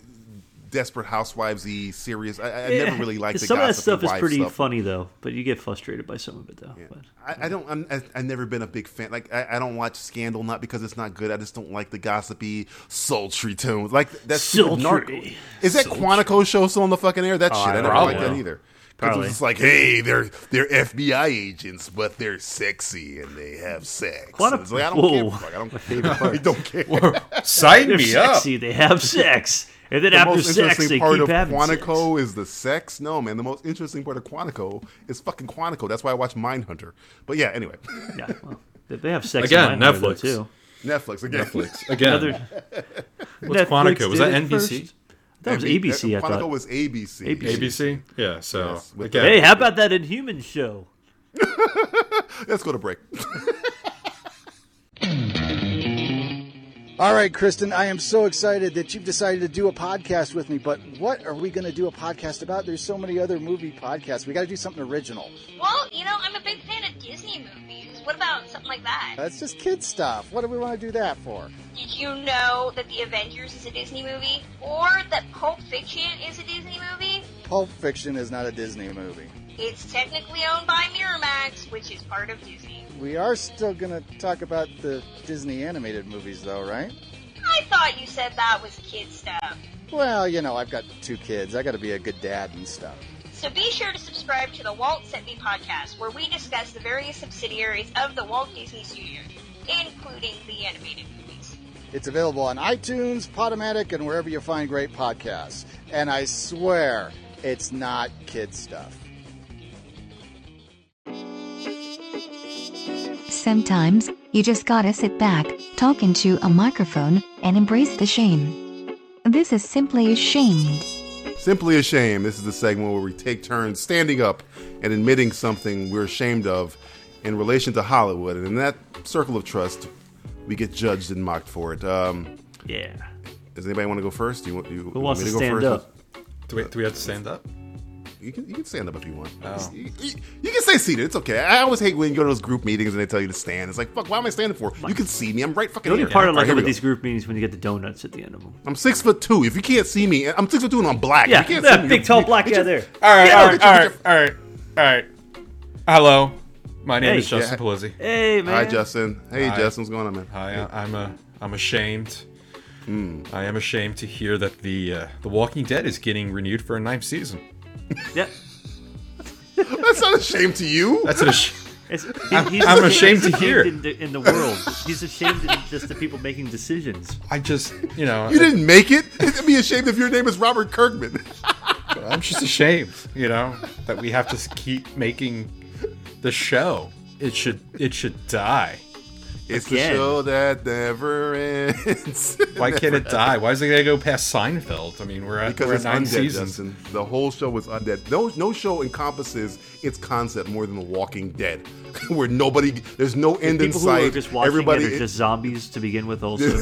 S2: desperate housewivesy serious. I, I I never really liked the
S3: some of that
S2: gossip and
S3: stuff is
S2: wife
S3: pretty
S2: stuff.
S3: funny though, but you get frustrated by some of it though. But.
S2: I, I don't. I'm, I, I've never been a big fan. Like I, I don't watch Scandal, not because it's not good. I just don't like the gossipy, sultry tunes. Like that's
S3: Sultry.
S2: Is that Quantico show still on the fucking air? That shit. I, never liked
S3: probably.
S2: that either. Because it
S3: Probably.
S2: was just like, hey, they're they're FBI agents, but they're sexy and they have sex.
S3: Quanti-
S2: And it's like, I don't
S3: Whoa.
S2: care. Like, I don't, I don't care.
S8: Sign
S3: They're
S8: me
S3: sexy. They have sex, and then
S2: the
S3: after
S2: most
S3: sex,
S2: interesting
S3: they
S2: part
S3: keep
S2: of
S3: having sex.
S2: Quantico is the sex. No, man, the most interesting part of Quantico is fucking Quantico. That's why I watch Mindhunter. But yeah, anyway,
S3: Yeah, well, they- they have sex
S4: Again,
S3: in Mindhunter, though,
S4: Netflix.
S3: too.
S2: Netflix again.
S4: Netflix again.
S3: Another-
S4: What's
S3: Netflix
S4: Quantico? Was
S3: did it
S4: that NBC?
S3: first? That was
S2: AB-
S3: ABC. I
S2: uh, Quantico
S3: thought.
S2: was ABC.
S3: ABC.
S4: ABC. Yeah. So
S2: Yes, with
S4: again,
S3: Hey, how about that Inhuman show?
S2: Let's go to break.
S9: All right, Kristen, I am so excited that you've decided to do a podcast with me, but what are we going to do a podcast about? There's so many other movie podcasts. We got to do something original.
S10: Well, you know, I'm a big fan of Disney movies. What about something like that?
S9: That's just kid stuff. What do we want to do that for?
S10: Did you know that The Avengers is a Disney movie? Or that Pulp Fiction is a Disney movie?
S9: Pulp Fiction is not a Disney movie.
S10: It's technically owned by Miramax, which is part of Disney.
S9: We are still going to talk about the Disney animated movies, though, right?
S10: I thought you said that was kid stuff.
S9: Well, you know, I've got two kids. I got to be a good dad and stuff.
S10: So be sure to subscribe to the Walt Sent Me podcast, where we discuss the various subsidiaries of the Walt Disney Studios, including the animated movies.
S9: It's available on iTunes, Podomatic, and wherever you find great podcasts. And I swear, it's not kid stuff.
S1: Sometimes, you just gotta sit back, talk into a microphone, and embrace the shame. This is simply shamed.
S2: Simply ashamed. This is the segment where we take turns standing up and admitting something we're ashamed of in relation to Hollywood. And in that circle of trust, we get judged and mocked for it. Um,
S3: yeah.
S2: Does anybody want to go first? Do you want, do you,
S3: Who
S2: want
S3: wants
S2: me
S3: to
S2: to go
S3: stand
S2: first?
S3: up?
S4: Do we, do we have to stand up?
S2: You can you can stand up if you want.
S4: Oh.
S2: You, you- you can stay seated. It's okay. I always hate when you go to those group meetings and they tell you to stand. It's like fuck. Why am I standing for? You can see me. I'm right fucking
S3: The only
S2: here.
S3: part I
S2: All right,
S3: like
S2: here we
S3: about
S2: go.
S3: these group meetings is when you get the donuts at the end of them.
S2: I'm six foot two. If you can't see me, I'm six foot two and I'm black.
S3: Yeah,
S2: If you can't
S3: that
S2: see me,
S3: big
S2: you-
S3: tall
S2: you-
S3: black
S2: you-
S3: guy there.
S4: All right,
S2: Yeah,
S4: all
S2: get
S4: right,
S2: your-
S4: all
S2: get
S4: right, all right, all right. Hello, my name
S3: Hey.
S4: is Justin
S2: Yeah.
S4: Polizzi.
S3: Hey
S2: Hi
S3: man.
S2: Justin. Hey
S4: Hi.
S2: Justin, what's going on, man?
S4: Hi, I, uh, I'm a, I'm ashamed.
S2: Hmm.
S4: I am ashamed to hear that the uh, the Walking Dead is getting renewed for a ninth season.
S3: Yeah.
S2: That's not a shame to you.
S4: That's an ash-
S3: It's, he-
S4: I'm-
S3: he's
S4: I'm ashamed to
S3: he's
S4: hear.
S3: In the, in the world, he's ashamed in just the people making decisions.
S4: I just, you know,
S2: You didn't make it. It'd be ashamed if your name is Robert Kirkman.
S4: I'm just ashamed, you know, that we have to s- keep making the show. It should it should die.
S2: It's
S3: Again.
S2: the show that never ends.
S4: Why can't it die? Why is it gonna go past Seinfeld? I mean, we're at,
S2: Because
S4: we're at
S2: it's
S4: nine
S2: undead,
S4: seasons.
S2: Justin. The whole show is undead. No, no show encompasses its concept more than The Walking Dead, where nobody, there's no end in
S3: people who
S2: sight.
S3: are just watching
S2: Everybody,
S3: it are just zombies to begin with. Also,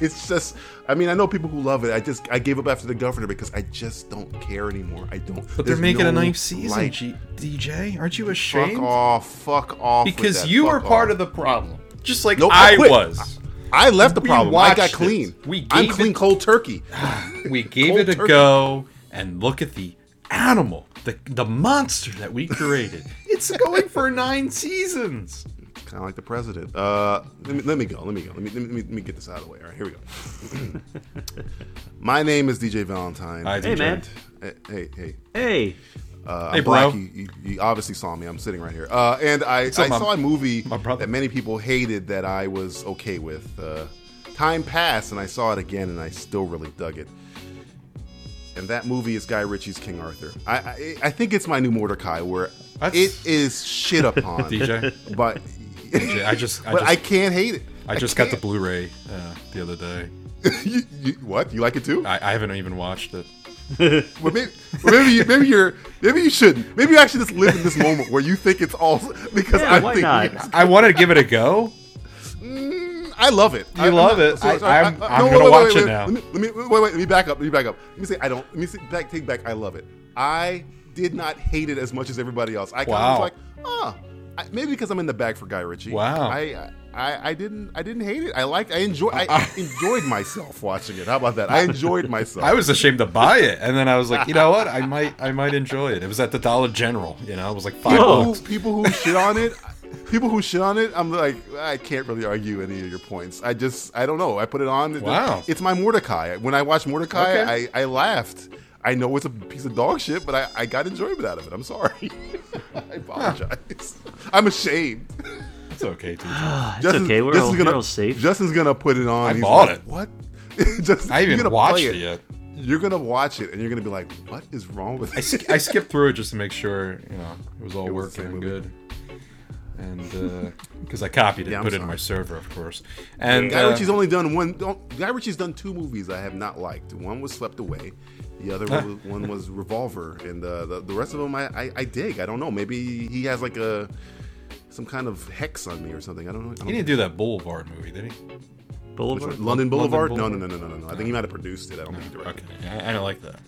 S2: it's just. I mean, I know people who love it. I just, I gave up after the governor because I just don't care anymore. I don't.
S4: But they're
S2: there's
S4: making a
S2: no
S4: ninth season,
S2: light.
S4: G- DJ. Aren't you ashamed?
S2: Fuck off! Fuck off! with
S4: Because
S2: that.
S4: you
S2: Fuck
S4: are part
S2: off.
S4: of the problem, just like
S2: Nope, I
S4: I,
S2: quit.
S4: was.
S2: I left the
S4: We
S2: problem. I got
S4: watched it.
S2: clean.
S4: We
S2: I'm
S4: gave
S2: clean
S4: it-
S2: cold turkey.
S4: We gave
S2: Cold
S4: it a
S2: turkey.
S4: go, and look at the animal, the the monster that we created. it's going for nine seasons.
S2: kind of like the president. Uh, let me let me go. Let me go. Let me let me, let me get this out of the way. All right, here we go. My name is DJ Valentine.
S4: Hi,
S3: hey
S4: DJ.
S3: man,
S2: Hey, hey, hey.
S3: hey,
S2: Uh, I'm
S4: Hey,
S2: black.
S4: bro.
S2: You, you, you obviously saw me. I'm sitting right here. Uh, and I, I
S4: my-
S2: saw a movie
S4: my brother.
S2: that many people hated that I was okay with. Uh, time passed, and I saw it again, and I still really dug it. And that movie is Guy Ritchie's King Arthur. I I, I think it's my new Mordecai, where
S4: That's-
S2: it is shit upon.
S4: DJ.
S2: but
S4: DJ, I just, I
S2: but
S4: just,
S2: I can't hate it.
S4: I just got the
S2: can't-
S4: Blu-ray uh, the other day.
S2: you, you, what you like it too?
S4: I, I haven't even watched it.
S2: Well, maybe, well, maybe, you, maybe you're, maybe you shouldn't. Maybe you actually just live in this moment where you think it's all because
S3: Yeah,
S2: I'm
S3: why
S2: thinking
S3: not?
S2: it's-
S4: I wanted to give it a go.
S2: Mm, I love it.
S4: You
S2: I, I'm
S4: love
S2: not-
S4: it.
S2: sorry,
S4: I-
S2: sorry, I-
S4: I'm-
S2: I-
S4: I'm
S2: no, wait,
S4: gonna
S2: wait,
S4: watch
S2: wait,
S4: it
S2: wait.
S4: now.
S2: Let me, let me wait, wait. Let me back up. Let me back up. Let me say I don't. Let me say back. Take back. I love it. I did not hate it as much as everybody else. I kind
S4: Wow.
S2: of was like, oh, I, maybe because I'm in the bag for Guy Ritchie.
S4: Wow.
S2: I, I I didn't I didn't hate it. I liked. I enjoyed. I enjoyed myself watching it. How about that? I enjoyed myself.
S4: I was ashamed to buy it, and then I was like, you know what? I might, I might enjoy it. It was at the Dollar General. You know, it was like five
S3: Whoa.
S2: people,
S4: bucks.
S2: who, people who shit on it, people who shit on it, I'm like, I can't really argue any of your points. I just, I don't know. I put it on. It-
S4: Wow.
S2: It's my Mordecai. When I watched Mordecai,
S4: Okay.
S2: I, I laughed. I know it's a piece of dog shit, but I, I got enjoyment out of it. I'm sorry. I apologize. I'm ashamed.
S4: It's okay, DJ.
S3: it's okay. We're all,
S2: Justin's
S3: we're all safe.
S2: Justin's gonna put it on.
S4: I
S2: He's
S4: bought
S2: like,
S4: it.
S2: What? Justin,
S4: I
S2: you're
S4: even
S2: gonna
S4: watched
S2: play
S4: it yet.
S2: You're gonna watch it and you're gonna be like, "What is wrong with?"
S4: I,
S2: this?"
S4: sk- I skipped through it just to make sure you know it was all
S2: It was the same
S4: working and
S2: movie.
S4: good. And because I copied it,
S2: Yeah, I'm
S4: put it in
S2: sorry.
S4: my server, of course. And
S2: Guy
S4: uh,
S2: Ritchie's only done one. Don't, Guy Ritchie's done two movies I have not liked. One was Swept Away, the other one, was, one was Revolver, and uh, the the rest of them I, I I dig. I don't know. Maybe he has like a some kind of hex on me or something. I don't know. I don't
S4: he didn't do that Boulevard movie, did he?
S2: Which
S3: Boulevard.
S2: one? London Boulevard?
S4: Boulevard?
S2: No, no, no, no, no, no, no. I think he might have produced it. I don't think he directed.
S4: Okay, I, I don't like that.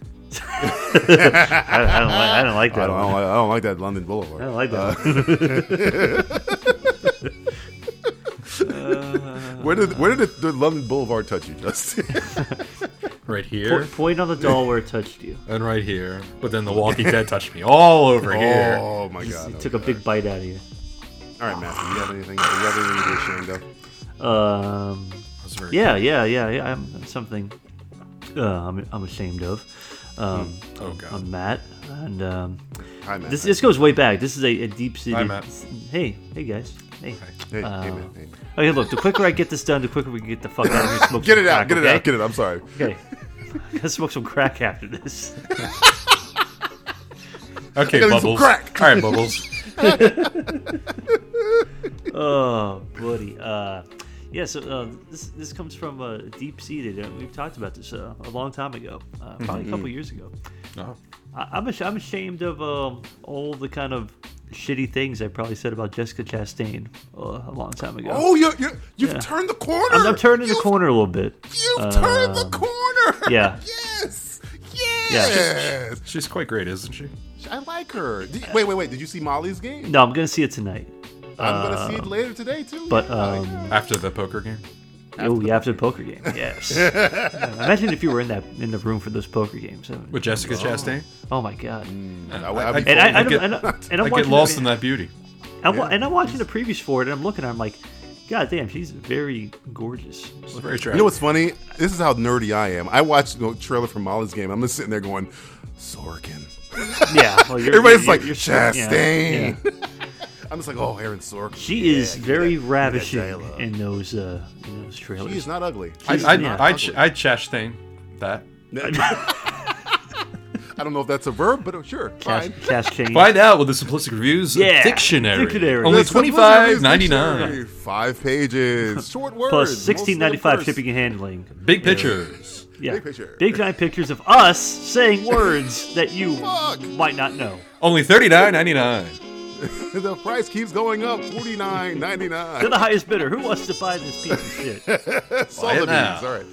S3: I, I don't like. I don't like
S2: it. I
S3: that.
S2: don't, I, don't
S3: one.
S2: like, Uh, I don't like that London Boulevard.
S3: I don't like that.
S2: Where did where did the, the London Boulevard touch you, Justin?
S4: Right
S3: Po-
S4: here
S3: point on the doll where it touched you.
S4: and right here, but then The Walking Dead touched me all over here.
S2: oh my
S3: It
S2: God!
S3: took a big bite out of you.
S2: All right, Matthew, you have anything? You have anything to be ashamed of?
S3: Um,
S4: That was very-
S3: yeah, yeah, yeah, yeah. I'm something. Uh, I'm, I'm ashamed of. Um,
S4: Oh god.
S3: I'm Matt, and um,
S2: Hi, Hmm. Matt.
S3: this this goes way back. This is a, a deep
S4: Hi,
S3: seated.
S4: Matt.
S3: Hey, hey guys. Hey.
S2: hey, hey,
S3: uh,
S2: Matt, hey.
S3: Okay, look. The quicker I get this done, the quicker we can get the fuck out of here. Smoke
S2: Get
S3: some
S2: it out!
S3: crack,
S2: Get it
S3: okay?
S2: out! Get it! I'm sorry.
S3: Okay. I gotta smoke some crack after this.
S2: gotta
S4: Okay,
S2: do some
S4: Bubbles.
S2: crack.
S4: All right, Bubbles.
S3: Oh, buddy. Uh, yeah, so uh, this, this comes from uh, deep seated. Uh, we've talked about this uh, a long time ago, uh,
S2: Mm-hmm.
S3: probably a couple years ago.
S4: Oh.
S3: I, I'm, ash- I'm ashamed of um, all the kind of shitty things I probably said about Jessica Chastain uh, a long time ago.
S2: Oh, you're, you're, you've turned the corner.
S3: I'm, I'm turning the corner a little bit.
S2: You've turned the
S3: Um,
S2: corner.
S3: Yeah.
S2: Yes.
S3: Yeah.
S2: Yes.
S4: She's quite great, isn't she?
S2: I like her. Did- wait, wait, wait. Did you see Molly's game?
S3: No, I'm gonna see it tonight.
S2: I'm gonna see it
S3: Um,
S2: later today too.
S3: But
S2: yeah.
S3: um,
S4: After the poker game?
S3: oh, yeah, after the poker game, yes. Yeah, Imagine if you were in that in the room for those poker games. I mean,
S4: With Jessica Chastain?
S3: Oh my god.
S2: I- I-
S4: I'd be
S3: And I-
S4: fine.
S3: I
S4: Mm. I'd
S3: don't-
S4: get-
S3: I don't- and I'm
S4: I'd get
S3: watching
S4: lost
S3: that-
S4: in that beauty.
S3: I'm, wa- And I'm watching the previews for it, and I'm looking, I'm like, god damn, she's very gorgeous.
S4: It's very
S2: you know what's funny? This is how nerdy I am. I watched the trailer for Molly's game. I'm just sitting there going, Sorkin.
S3: Yeah, well, you're,
S2: Everybody's
S3: you're-
S2: like
S3: you're-
S2: Chastain.
S3: yeah,
S2: I'm just like, oh, Aaron Sorkin.
S3: She is very ravishing
S2: dialogue.
S3: in those uh, in those trailers.
S2: She is not ugly.
S4: I'd,
S2: She's
S4: I'd,
S2: not
S4: I'd,
S2: ugly.
S4: I'd Chastain that.
S2: I don't know if that's a verb, but sure,
S3: Cash,
S2: fine.
S3: cash change.
S4: Find out with the Simplistic Reviews
S3: Yeah,
S4: Dictionary.
S3: dictionary.
S4: Only
S2: That's the
S4: twenty
S2: Blizzard
S4: five
S2: Reviews
S4: ninety
S2: Dictionary.
S4: nine.
S2: Five pages. Short words.
S3: plus
S2: mostly
S3: sixteen ninety five
S2: verse.
S3: shipping and handling.
S4: Big pictures.
S3: Yeah,
S2: Big picture.
S3: big giant pictures of us saying words that you
S2: Fuck.
S3: might not know.
S4: Only thirty nine ninety nine.
S2: the price keeps going up. Forty nine ninety
S3: They're
S2: nine.
S3: the highest bidder. Who wants to buy this piece of shit?
S2: That's all
S4: Buy it
S2: the
S4: now.
S2: beans. All right.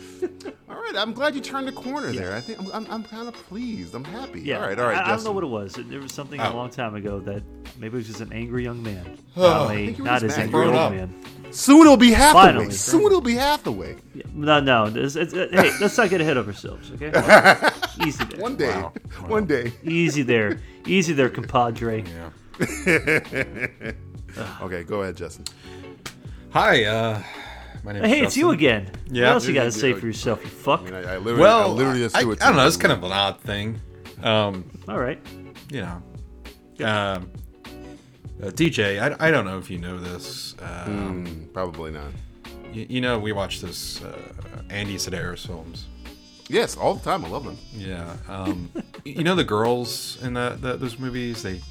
S2: All right. I'm glad you turned the corner there. I think I'm, I'm, I'm kind of pleased. I'm happy.
S3: Yeah,
S2: All right. All right.
S3: I, I don't know
S2: Justin.
S3: what it was. There was something
S4: Oh.
S3: a long time ago that maybe it was just an angry young man. Not, a,
S2: think you were
S3: not
S2: just
S3: as
S2: mad.
S3: angry
S4: Grown
S3: old
S4: up.
S3: man.
S2: Soon it'll be half the way.
S3: Finally.
S2: Soon it'll be half the way.
S3: Yeah, No, no. This, it's, it, hey, let's not get ahead of ourselves, okay? Easy there.
S2: One day.
S3: Wow.
S2: One day.
S3: Easy there. Easy there, compadre.
S2: Okay. Go ahead, Justin.
S4: Hi, uh, my name. is
S3: Hey, it's you
S4: Justin.
S3: again.
S4: Yeah.
S3: What else you got to
S2: Yeah,
S3: say
S2: yeah.
S3: for yourself, you fuck?
S2: I mean, I, I literally,
S4: Well,
S2: I literally just
S4: I,
S2: threw it
S4: I don't
S2: to
S4: know.
S2: you.
S4: It's kind of an odd thing. Um,
S3: All right.
S4: you know, um, uh, DJ. I, I don't know if you know this. Uh,
S2: Mm, probably not.
S4: you, you know, we watch those uh, Andy Sedaris films.
S2: Yes, all the time. I love them.
S4: Yeah. Um, you know the girls in that, that those movies, they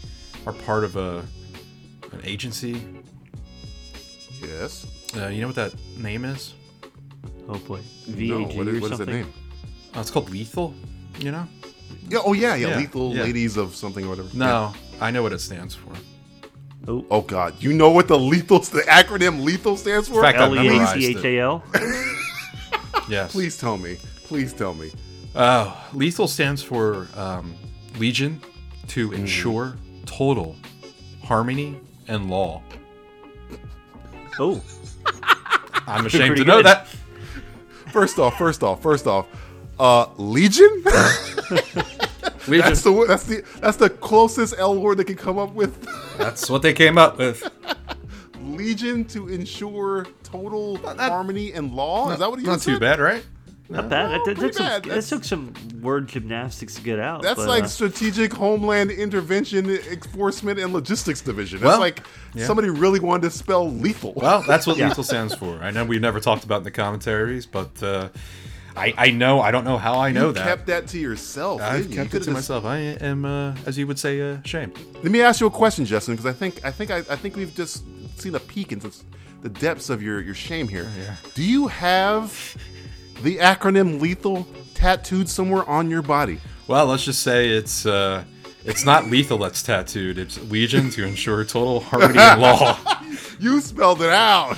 S4: are part of a an agency.
S2: Yes.
S4: Uh, you know what that name is?
S3: Oh, boy.
S2: no,
S3: VAG
S2: what
S3: or
S2: is, what is the
S3: something?
S2: name?
S4: Uh, it's called Lethal. You know?
S2: Yeah. Oh yeah. Yeah.
S4: Yeah,
S2: Lethal
S4: yeah.
S2: ladies of something or whatever. Yeah.
S4: No, I know what it stands for.
S3: Oh,
S2: Oh God. You know what the lethal the acronym lethal stands for?
S4: In fact, I
S3: E
S4: memorized it.
S3: L-E-A-C-H-A-L?
S4: Yes.
S2: Please tell me. Please tell me.
S4: Oh, Lethal stands for um, Legion to ensure total harmony and law.
S3: Oh,
S4: I'm ashamed
S3: Pretty
S4: to know
S3: good.
S4: that.
S2: First off, first off, first off, uh, Legion.
S4: Legion.
S2: that's the wo- that's the that's the closest L word they can come up with.
S4: That's what they came up with.
S2: Legion to ensure total harmony and law. Is that what you
S4: Not
S2: said?
S4: too bad, right?
S3: not bad. That- that,
S2: pretty
S3: that took-
S2: bad.
S3: that
S2: That's-
S3: took some word gymnastics to get out.
S2: That's
S3: but,
S2: like
S3: uh,
S2: strategic homeland intervention enforcement and logistics division. That's
S4: Well,
S2: like
S4: yeah.
S2: somebody really wanted to spell lethal.
S4: Well, that's what lethal stands for. I know we've never talked about it in the commentaries, but uh, I, I know I don't know how I know
S2: you
S4: that.
S2: kept that to yourself.
S4: I've
S2: didn't you? You
S4: kept it
S2: could've
S4: to
S2: just-
S4: myself. I am, uh, as you would say, uh, shamed.
S2: Let me ask you a question, Justin, because I think I think I, I think we've just seen a peek into s- the depths of your your shame here.
S4: Oh,
S2: Do you have the acronym lethal tattooed somewhere on your body?
S4: Well, let's just say it's uh, it's not lethal that's tattooed. It's Legion to ensure total harmony and law.
S2: You spelled it out.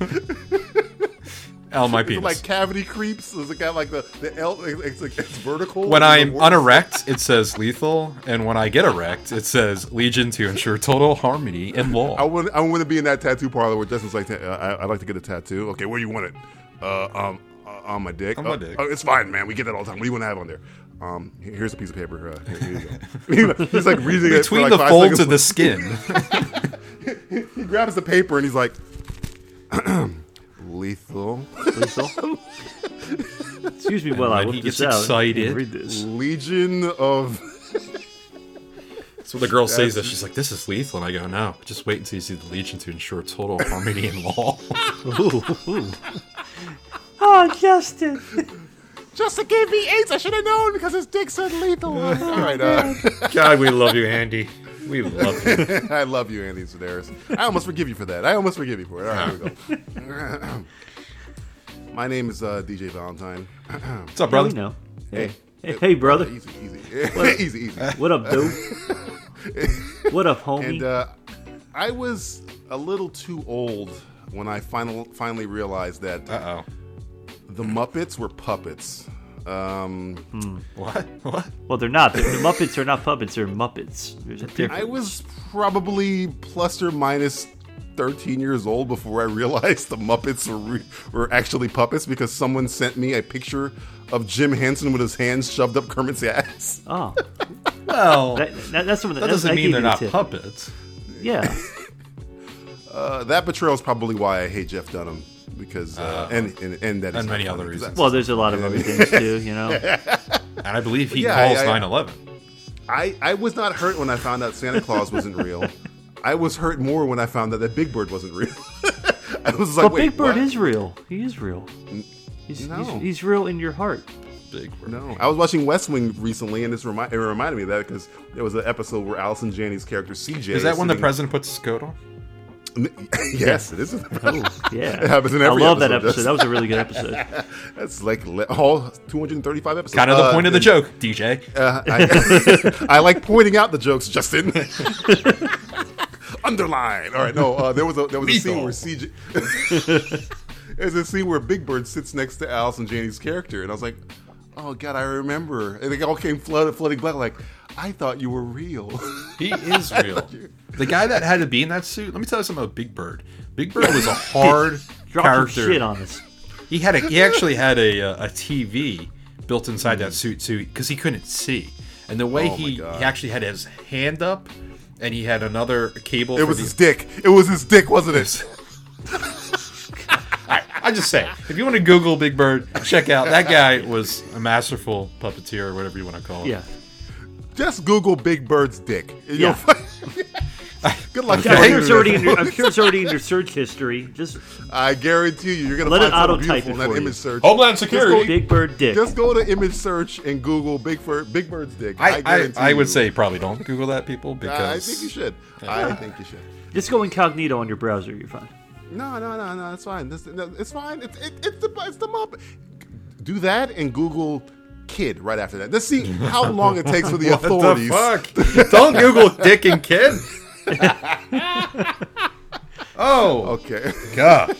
S4: L my
S2: Is it
S4: penis.
S2: like cavity creeps? Is it got like the, the L? It's, like, it's vertical.
S4: when
S2: Is it
S4: I'm
S2: worse?
S4: unerect, it says lethal, and when I get erect, it says Legion to ensure total harmony and
S2: I
S4: law.
S2: want I want to be in that tattoo parlor where Justin's like, uh, I, I'd like to get a tattoo. Okay, where you want it? Uh, um, uh, on my dick.
S4: On my
S2: "Oh,
S4: dick."
S2: oh, it's fine, man. We get that all the time. What do you want to have on there? Um, here- here's a piece of paper. Uh, here, here you go. he's like reading it for
S4: Between
S2: like
S4: the
S2: five
S4: folds
S2: seconds.
S4: of the skin.
S2: He grabs the paper and he's like, lethal,
S3: Lethal? Excuse me while I
S4: And
S3: whip
S4: he
S3: this out.
S4: gets
S3: and
S4: excited.
S3: Read this.
S2: legion of.
S4: So the girl says that she's like, "This is lethal," and I go, "No, just wait until you see the Legion to ensure total harmony and law."
S3: Oh, Justin.
S2: Justin gave me AIDS. I should have known because his dick said lethal. all right, uh,
S4: God, we love you, Andy. We love you.
S2: I love you, Andy Sedaris. I almost forgive you for that. I almost forgive you for it. All right, here we go. My name is uh, DJ Valentine.
S4: What's up,
S3: Brother?
S4: brother?
S3: know.
S2: Hey.
S3: Hey, hey, brother.
S2: Easy, easy, easy, easy.
S3: What up, dude? What up, homie?
S2: And uh, I was a little too old when I final, finally realized that
S4: Uh-oh.
S2: the Muppets were puppets. Um,
S4: What? What?
S3: Well, they're not. The, the Muppets are not puppets. They're Muppets. There's a difference.
S2: I was probably plus or minus 13 years old before I realized the Muppets were, re- were actually puppets because someone sent me a picture of Jim Henson with his hands shoved up Kermit's ass.
S3: Oh,
S4: Well,
S3: that, that, that's some of the.
S4: that doesn't
S3: that
S4: mean
S3: gave
S4: they're
S3: you the
S4: not
S3: tip.
S4: puppets.
S3: Yeah.
S2: Uh, that betrayal is probably why I hate Jeff Dunham because uh, and, and and that is
S4: and
S2: not
S4: many other
S2: funny, 'cause
S4: reasons.
S3: Well, there's a lot of other things too. You know.
S4: And I believe he
S2: Yeah, I-
S4: calls
S2: I-
S4: 9/11.
S2: I, I was not hurt when I found out Santa Claus wasn't real. I was hurt more when I found out that Big Bird wasn't real. I was like,
S3: But
S2: wait,
S3: Big
S2: what?
S3: Bird is real. He is real. He's,
S2: no.
S3: he's, he's real in your heart.
S4: Big word.
S2: No, I was watching West Wing recently, and this remi- it reminded me of that because there was an episode where Allison Janney's character CJ
S4: Is that when the Uh,
S2: sitting-
S4: president puts his coat on?
S2: yes, it is.
S4: Oh.
S3: Yeah.
S2: It happens in every
S3: I love that
S2: episode,
S3: episode.
S2: doesn't
S3: That was a really good episode.
S2: That's like le- all 235 episodes.
S4: Kind of the
S2: Uh,
S4: point of the
S2: then-
S4: joke, DJ.
S2: Uh, I, I like pointing out the jokes, Justin. Underline. All right, no, uh, there was a there was a scene where CJ. There's a scene where Big Bird sits next to Allison Janney's character, and I was like, "Oh God, I remember." And they all came flood, flooding back, like, "I thought you were real."
S4: He is real. the guy that had to be in that suit. Let me tell you something about Big Bird. Big Bird was a hard
S3: Drop
S4: character.
S3: some shit on us.
S4: He had a he actually had a uh, a TV built inside that suit too because he couldn't see, and the way
S2: Hmm. Oh my
S4: he, he
S2: God.
S4: actually had his hand up, and he had another cable.
S2: it
S4: for
S2: was
S4: the-
S2: his dick. It was his dick, wasn't it?
S4: All right, I just say if you want to Google Big Bird, check out that guy was a masterful puppeteer or whatever you want to call it.
S3: Yeah.
S2: Just Google Big Bird's dick. You'll
S3: Yeah.
S2: find- Good luck.
S3: Yeah, I'm,
S2: finding
S3: sure it's
S2: that.
S3: already in your, I'm sure it's already in your search history. Just
S2: I guarantee you, you're gonna
S3: Let it
S2: find something
S3: auto-type
S2: beautiful in
S3: it
S2: that
S3: for you.
S2: image search.
S4: Homeland
S2: Security.
S3: Big Bird Dick.
S2: Just go to image search and Google Big, Bird, Big Bird's dick.
S4: I, I,
S2: guarantee
S4: I would
S2: you.
S4: say probably don't Google that people because
S2: I think you should. I think you should.
S3: Just go incognito on your browser. You're fine.
S2: No, no, no, no. It's fine. This, no, it's fine. It's it, it's the it's the Muppet. Do that and Google kid right after that. Let's see how long it takes for the authorities.
S4: fuck? Don't Google Dick and Kid. oh
S2: Okay.
S4: god.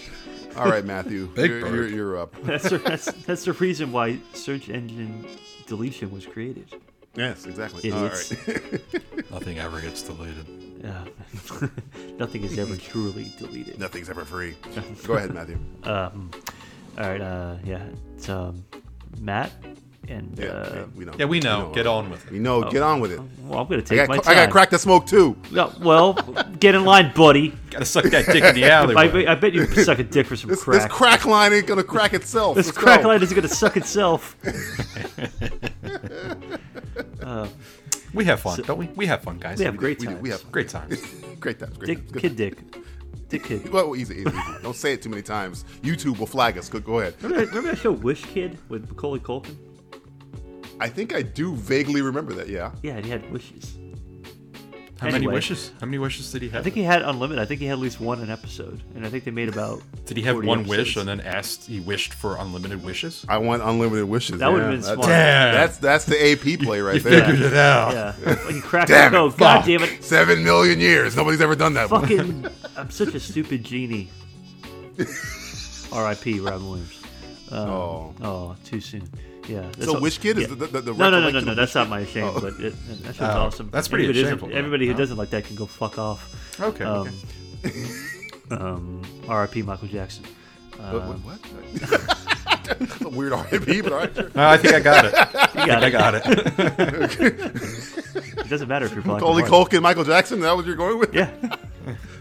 S2: All right, Matthew.
S4: Big
S2: you're,
S4: Bird.
S2: you're, you're up.
S3: That's the, that's, that's the reason why search engine deletion was created.
S2: Yes, exactly. All
S3: Idiots.
S2: right.
S4: Nothing ever gets deleted.
S3: Yeah. Nothing is ever truly deleted.
S2: Nothing's ever free. Go ahead, Matthew.
S3: Um, all right. Uh, yeah. It's um, Matt and.
S2: Yeah,
S3: uh,
S2: yeah, we know.
S4: Yeah, we know. Get on with
S2: We
S4: it.
S2: know. Get on with it.
S3: Well, I'm gonna take
S2: I got,
S3: my
S2: I
S3: time.
S2: got crack to smoke too.
S3: No, well, get in line, buddy.
S4: Gotta suck that dick in the
S3: I,
S4: alleyway.
S3: I bet you suck a dick for some
S2: This
S3: crack.
S2: this crack line ain't gonna crack itself.
S3: This
S2: Let's
S3: crack
S2: go.
S3: line is gonna suck itself.
S4: We have fun, don't we? We have fun, guys.
S3: We have great
S2: We do.
S3: times.
S2: We have
S4: great times.
S2: great times. Great times.
S3: dick,
S2: Good
S3: kid, dick, dick, kid.
S2: Well, easy, easy, easy. Don't say it too many times. YouTube will flag us. Go, go ahead.
S3: Remember that, remember that show Wish Kid with Macaulay Culkin?
S2: I think I do vaguely remember that. Yeah.
S3: Yeah, and he had wishes.
S4: How many
S3: Anyway.
S4: wishes? How many wishes did he have?
S3: I think he had unlimited. I think he had at least one an episode, and I think they made about.
S4: did he have
S3: 40
S4: one
S3: episodes.
S4: wish and then asked? He wished for unlimited wishes.
S2: I want unlimited wishes.
S3: That would've
S2: yeah.
S3: been
S2: That's-
S3: smart.
S4: Damn.
S2: That's that's the AP play right
S4: you
S2: there.
S4: figured it out.
S3: Yeah, fucking crack
S2: Damn
S3: the
S2: it,
S3: code. Oh, God damn it!
S2: Seven million years. Nobody's ever done that. one.
S3: Fucking, I'm such a stupid genie. R.I.P. Robin Williams.
S2: Oh.
S3: Oh, too soon. Yeah. that's
S2: So
S3: all-
S2: Wish Kid
S3: yeah.
S2: is the, the, the
S3: No, no, no, no,
S2: recollection
S3: no.
S2: of
S3: That's
S2: Wish
S3: not my shame, but it, that show's
S4: Oh,
S3: awesome.
S4: that's pretty
S3: everybody,
S4: shameful,
S3: doesn't,
S4: though.
S3: everybody who
S4: No.
S3: doesn't like that can go fuck off.
S4: Okay, okay.
S3: Um, um, R.I.P. Michael Jackson.
S2: Kid. What? what,
S3: Uh,
S2: what? That's a weird RIP, but all right. sure.
S4: No, I think I got it.
S3: You got
S4: I
S3: it.
S4: got it.
S3: It doesn't matter if you're black. or
S2: Holy
S3: white.
S2: Culkin, Michael Jackson. That was you're going with.
S3: Yeah.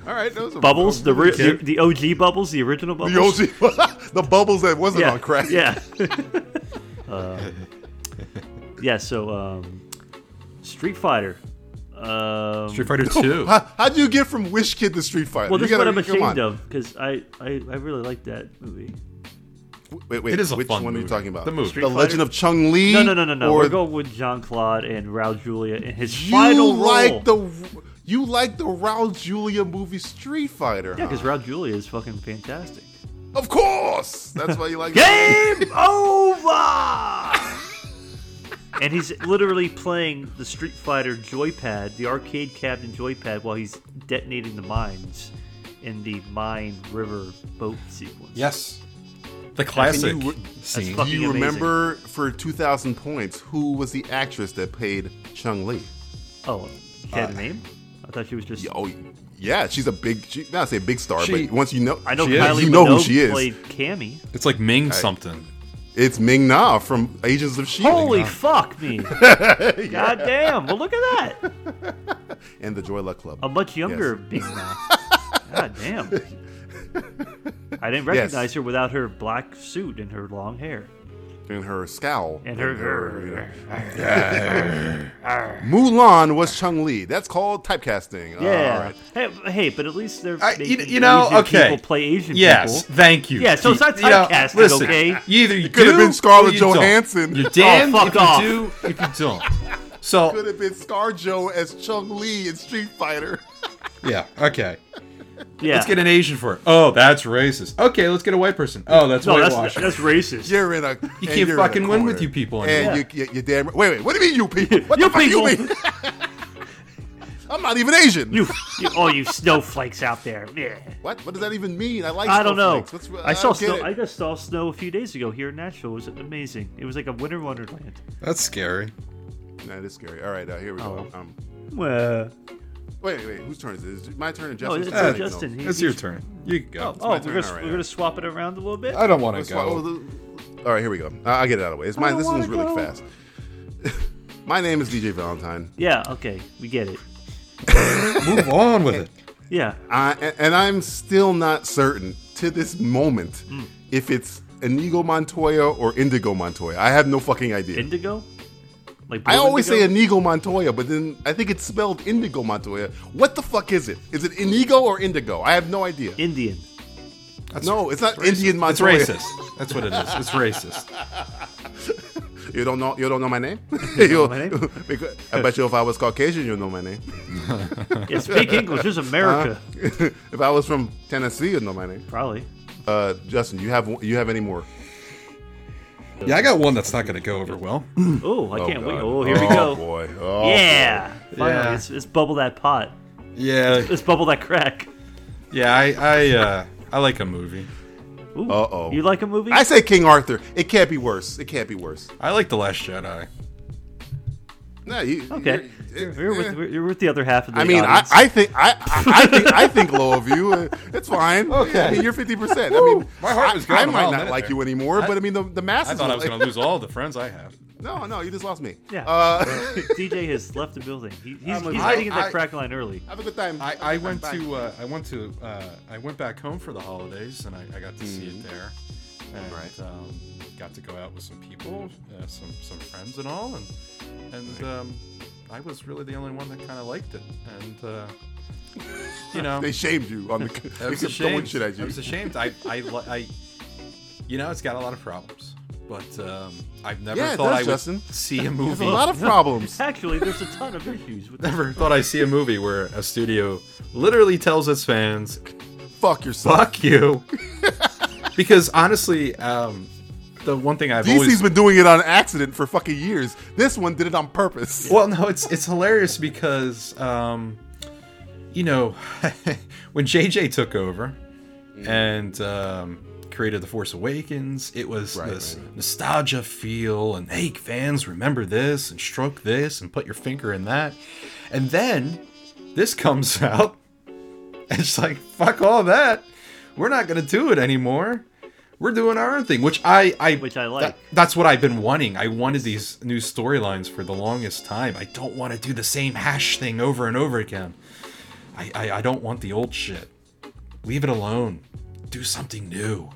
S2: All right. That was a-
S3: Bubbles, the, re- the
S4: Kid.
S3: the OG bubbles, the original bubbles.
S2: The OG, the bubbles that wasn't
S3: yeah.
S2: on crack.
S3: Yeah. Um, yeah. So, um, Street Fighter. Um,
S4: Street Fighter Two.
S2: How, how'd you get from Wish Kid to Street Fighter?
S3: Well,
S2: You
S3: this is what
S2: gotta-
S3: I'm
S2: come on.
S3: ashamed of because I, I I really like that movie.
S2: Wait, wait.
S4: It is a
S2: which
S4: fun
S2: one are you
S4: movie.
S2: talking about?
S4: The movie. Street
S2: The
S4: Fighter?
S2: Legend of Chung Li.
S3: No, no, no, no, no.
S2: Or
S3: We're going with Jean Claude and Raul Julia in his
S2: you
S3: final role.
S2: like the you like the Raul Julia movie Street Fighter?
S3: yeah,
S2: huh?
S3: because Raul Julia is fucking fantastic.
S2: of course. That's why you like.
S3: Game over. and he's literally playing the Street Fighter joypad, the arcade cabinet joypad, while he's detonating the mines in the mine river boat sequence.
S4: Yes, the classic.
S2: And you,
S4: scene.
S2: do you remember for 2,000 points who was the actress that played Chung Li?
S3: Oh, she had a
S2: Uh,
S3: name? I thought she was just.
S2: Oh, yeah, she's a big. She, not say a big star,
S3: She-
S2: but once you know,
S3: I know
S2: she is.
S3: Kylie
S2: you know who
S3: Minogue
S2: she is.
S3: played Cammy.
S4: It's like Ming
S2: Right.
S4: something.
S2: It's Ming Na from Agents of Shield.
S3: Holy fuck me! God damn! Well, look at that.
S2: and the Joy Luck Club.
S3: A much younger Bing now. God damn. I didn't recognize her without her black suit and her long hair.
S2: And her scowl.
S3: And her.
S2: Mulan was Chung Li. That's called typecasting.
S3: Yeah.
S2: All right.
S3: Hey, hey, but at least they're
S4: you,
S3: making
S4: you know,
S3: Asian
S4: okay.
S3: people play Asian
S4: yes,
S3: people.
S4: thank you.
S3: Yeah, so it's not
S4: You know,
S3: typecasting,
S4: listen,
S3: okay?
S4: you Either you
S2: It could have
S4: do
S2: been Scarlett
S4: or you don't.
S2: Johansson.
S4: You're damned
S2: Oh, fuck
S4: if
S2: off.
S4: you do, if you don't. So
S2: Could have been ScarJo as Chung Li in Street Fighter.
S4: yeah, okay.
S3: Yeah.
S4: Let's get an Asian for it. Oh, that's racist. Okay, let's get a white person. Oh, that's
S3: No, that's,
S4: whitewashing.
S3: that's racist.
S2: You're in a.
S4: you
S2: and
S4: can't
S2: you're in a
S4: fucking win with
S2: corner.
S4: you people. anymore.
S2: And you, you, you damn. Wait, wait. What do you mean, you people? What
S3: You
S2: the fuck
S3: people.
S2: you mean? I'm not even Asian.
S3: You, you, all you snowflakes out there. Yeah.
S2: What? What does that even mean? I like.
S3: I don't know.
S2: snowflakes. What's,
S3: I saw
S2: don't get
S3: snow.
S2: it.
S3: I just saw snow a few days ago here in Nashville. It was amazing. It was like a winter wonderland.
S4: That's scary.
S2: Nah, this is scary. All right, uh, here we go.
S3: Oh.
S2: Um,
S3: Well,
S2: wait, wait, wait. Whose turn is it? Is it my turn and
S3: no,
S2: Justin's
S3: it's
S2: turn?
S3: uh, Justin. he-
S4: It's
S3: he-
S4: your turn. You can go.
S3: Oh,
S2: my
S3: we're
S2: turn,
S3: gonna,
S2: all right,
S3: we're
S2: all
S3: gonna
S2: right.
S3: swap it around a little bit.
S4: I don't want to
S2: Let's swap-
S4: go.
S2: well, the- All right, here we go. I- I'll get it out of the way. It's mine.
S3: don't
S2: This one's
S3: wanna
S2: really
S3: go.
S2: fast. my name is DJ Valentine.
S3: Yeah. Okay. We get it.
S4: Move on with it.
S3: Yeah.
S2: I, a- and I'm still not certain to this moment
S3: Hmm.
S2: if it's Inigo Montoya or Indigo Montoya. I have no fucking idea.
S3: Indigo. Like
S2: I
S3: blue
S2: always say
S3: indigo?
S2: Inigo Montoya, but then I think it's spelled Indigo Montoya. What the fuck is it? Is it Inigo or Indigo? I have no idea.
S3: Indian.
S2: no, it's not Indian
S4: It's
S2: Montoya.
S4: racist. That's what it is. It's racist.
S2: You don't know. You don't know my name. you
S3: my name?
S2: because, I bet you if I was Caucasian, you'd know my name.
S3: Yeah. Speak English. This is America.
S2: if I was from Tennessee, you'd know my name.
S3: Probably.
S2: Uh, Justin, you have you have any more?
S4: Yeah, I got one that's not going to go over well.
S3: Oh, I can't wait.
S2: God.
S3: Oh, here we go.
S2: boy. Oh,
S3: Yeah. Finally,
S4: Yeah.
S3: Let's, let's bubble that pot.
S4: Yeah,
S3: Let's bubble that crack.
S4: yeah. I, I, uh, I like a movie.
S3: Ooh.
S2: Uh-oh.
S3: You like a movie?
S2: I say King Arthur. It can't be worse. It can't be worse.
S4: I like the Last Jedi.
S2: No, you.
S3: okay.
S2: you're-
S3: You're, you're with, you're with the other half of the
S2: I mean, I,
S3: audience.
S2: I think I, I, I think I think low of you. Uh, It's fine.
S4: Okay.
S2: I mean, you're fifty percent. I mean,
S4: My heart was going
S2: I, I
S4: a mile
S2: might
S4: a
S2: not
S4: minute
S2: like
S4: there.
S2: you anymore, but I mean, the the masses.
S4: I thought
S2: are
S4: I was
S2: like-
S4: going to lose all the friends I have.
S2: No, no, you just lost me.
S3: Yeah.
S2: Uh,
S3: DJ has left the building. He, he's
S2: I'm a-
S3: he's
S4: I-
S3: getting in that
S4: I-
S3: crack line early.
S2: have a good time.
S4: I,
S2: Have a
S4: I
S2: good
S4: went
S2: time. Bye.
S4: to, uh, I went to, uh, I went back home for the holidays, and I, I got to see it there, and
S2: Mm-hmm. Right.
S4: um, got to go out with some people, uh, some some friends and all, and and um, I was really the only one that kind of liked it, and uh, you know,
S2: They shamed you on the. they
S4: I was
S2: kept throwing
S4: ashamed.
S2: shit at
S4: I
S2: you.
S4: was ashamed. I, I, li- I, you know, it's got a lot of problems, but um, I've never
S2: Yeah, it
S4: thought
S2: does,
S4: I would
S2: Justin.
S4: see a
S2: There's a
S4: movie.
S2: lot of problems.
S3: Actually, there's a ton of issues with
S4: never thought I would see a movie where a studio literally tells its fans,
S2: Fuck yourself.
S4: "Fuck you," because honestly, um, the one thing I've
S2: DC's
S4: always
S2: been doing it on accident for fucking years. This one did it on purpose.
S4: well, no, it's it's hilarious because um, you know when JJ took over
S2: Mm-hmm.
S4: and um, created the Force Awakens, it was
S2: Right,
S4: this nostalgia feel and hey, fans, remember this and stroke this and put your finger in that, and then this comes out and it's like fuck all that, we're not gonna do it anymore. We're doing our own thing, which I, I
S3: Which I
S4: that-
S3: like.
S4: that's what I've been wanting. I wanted these new storylines for the longest time. I don't want to do the same hash thing over and over again. I, I, I don't want the old shit. Leave it alone. Do something new.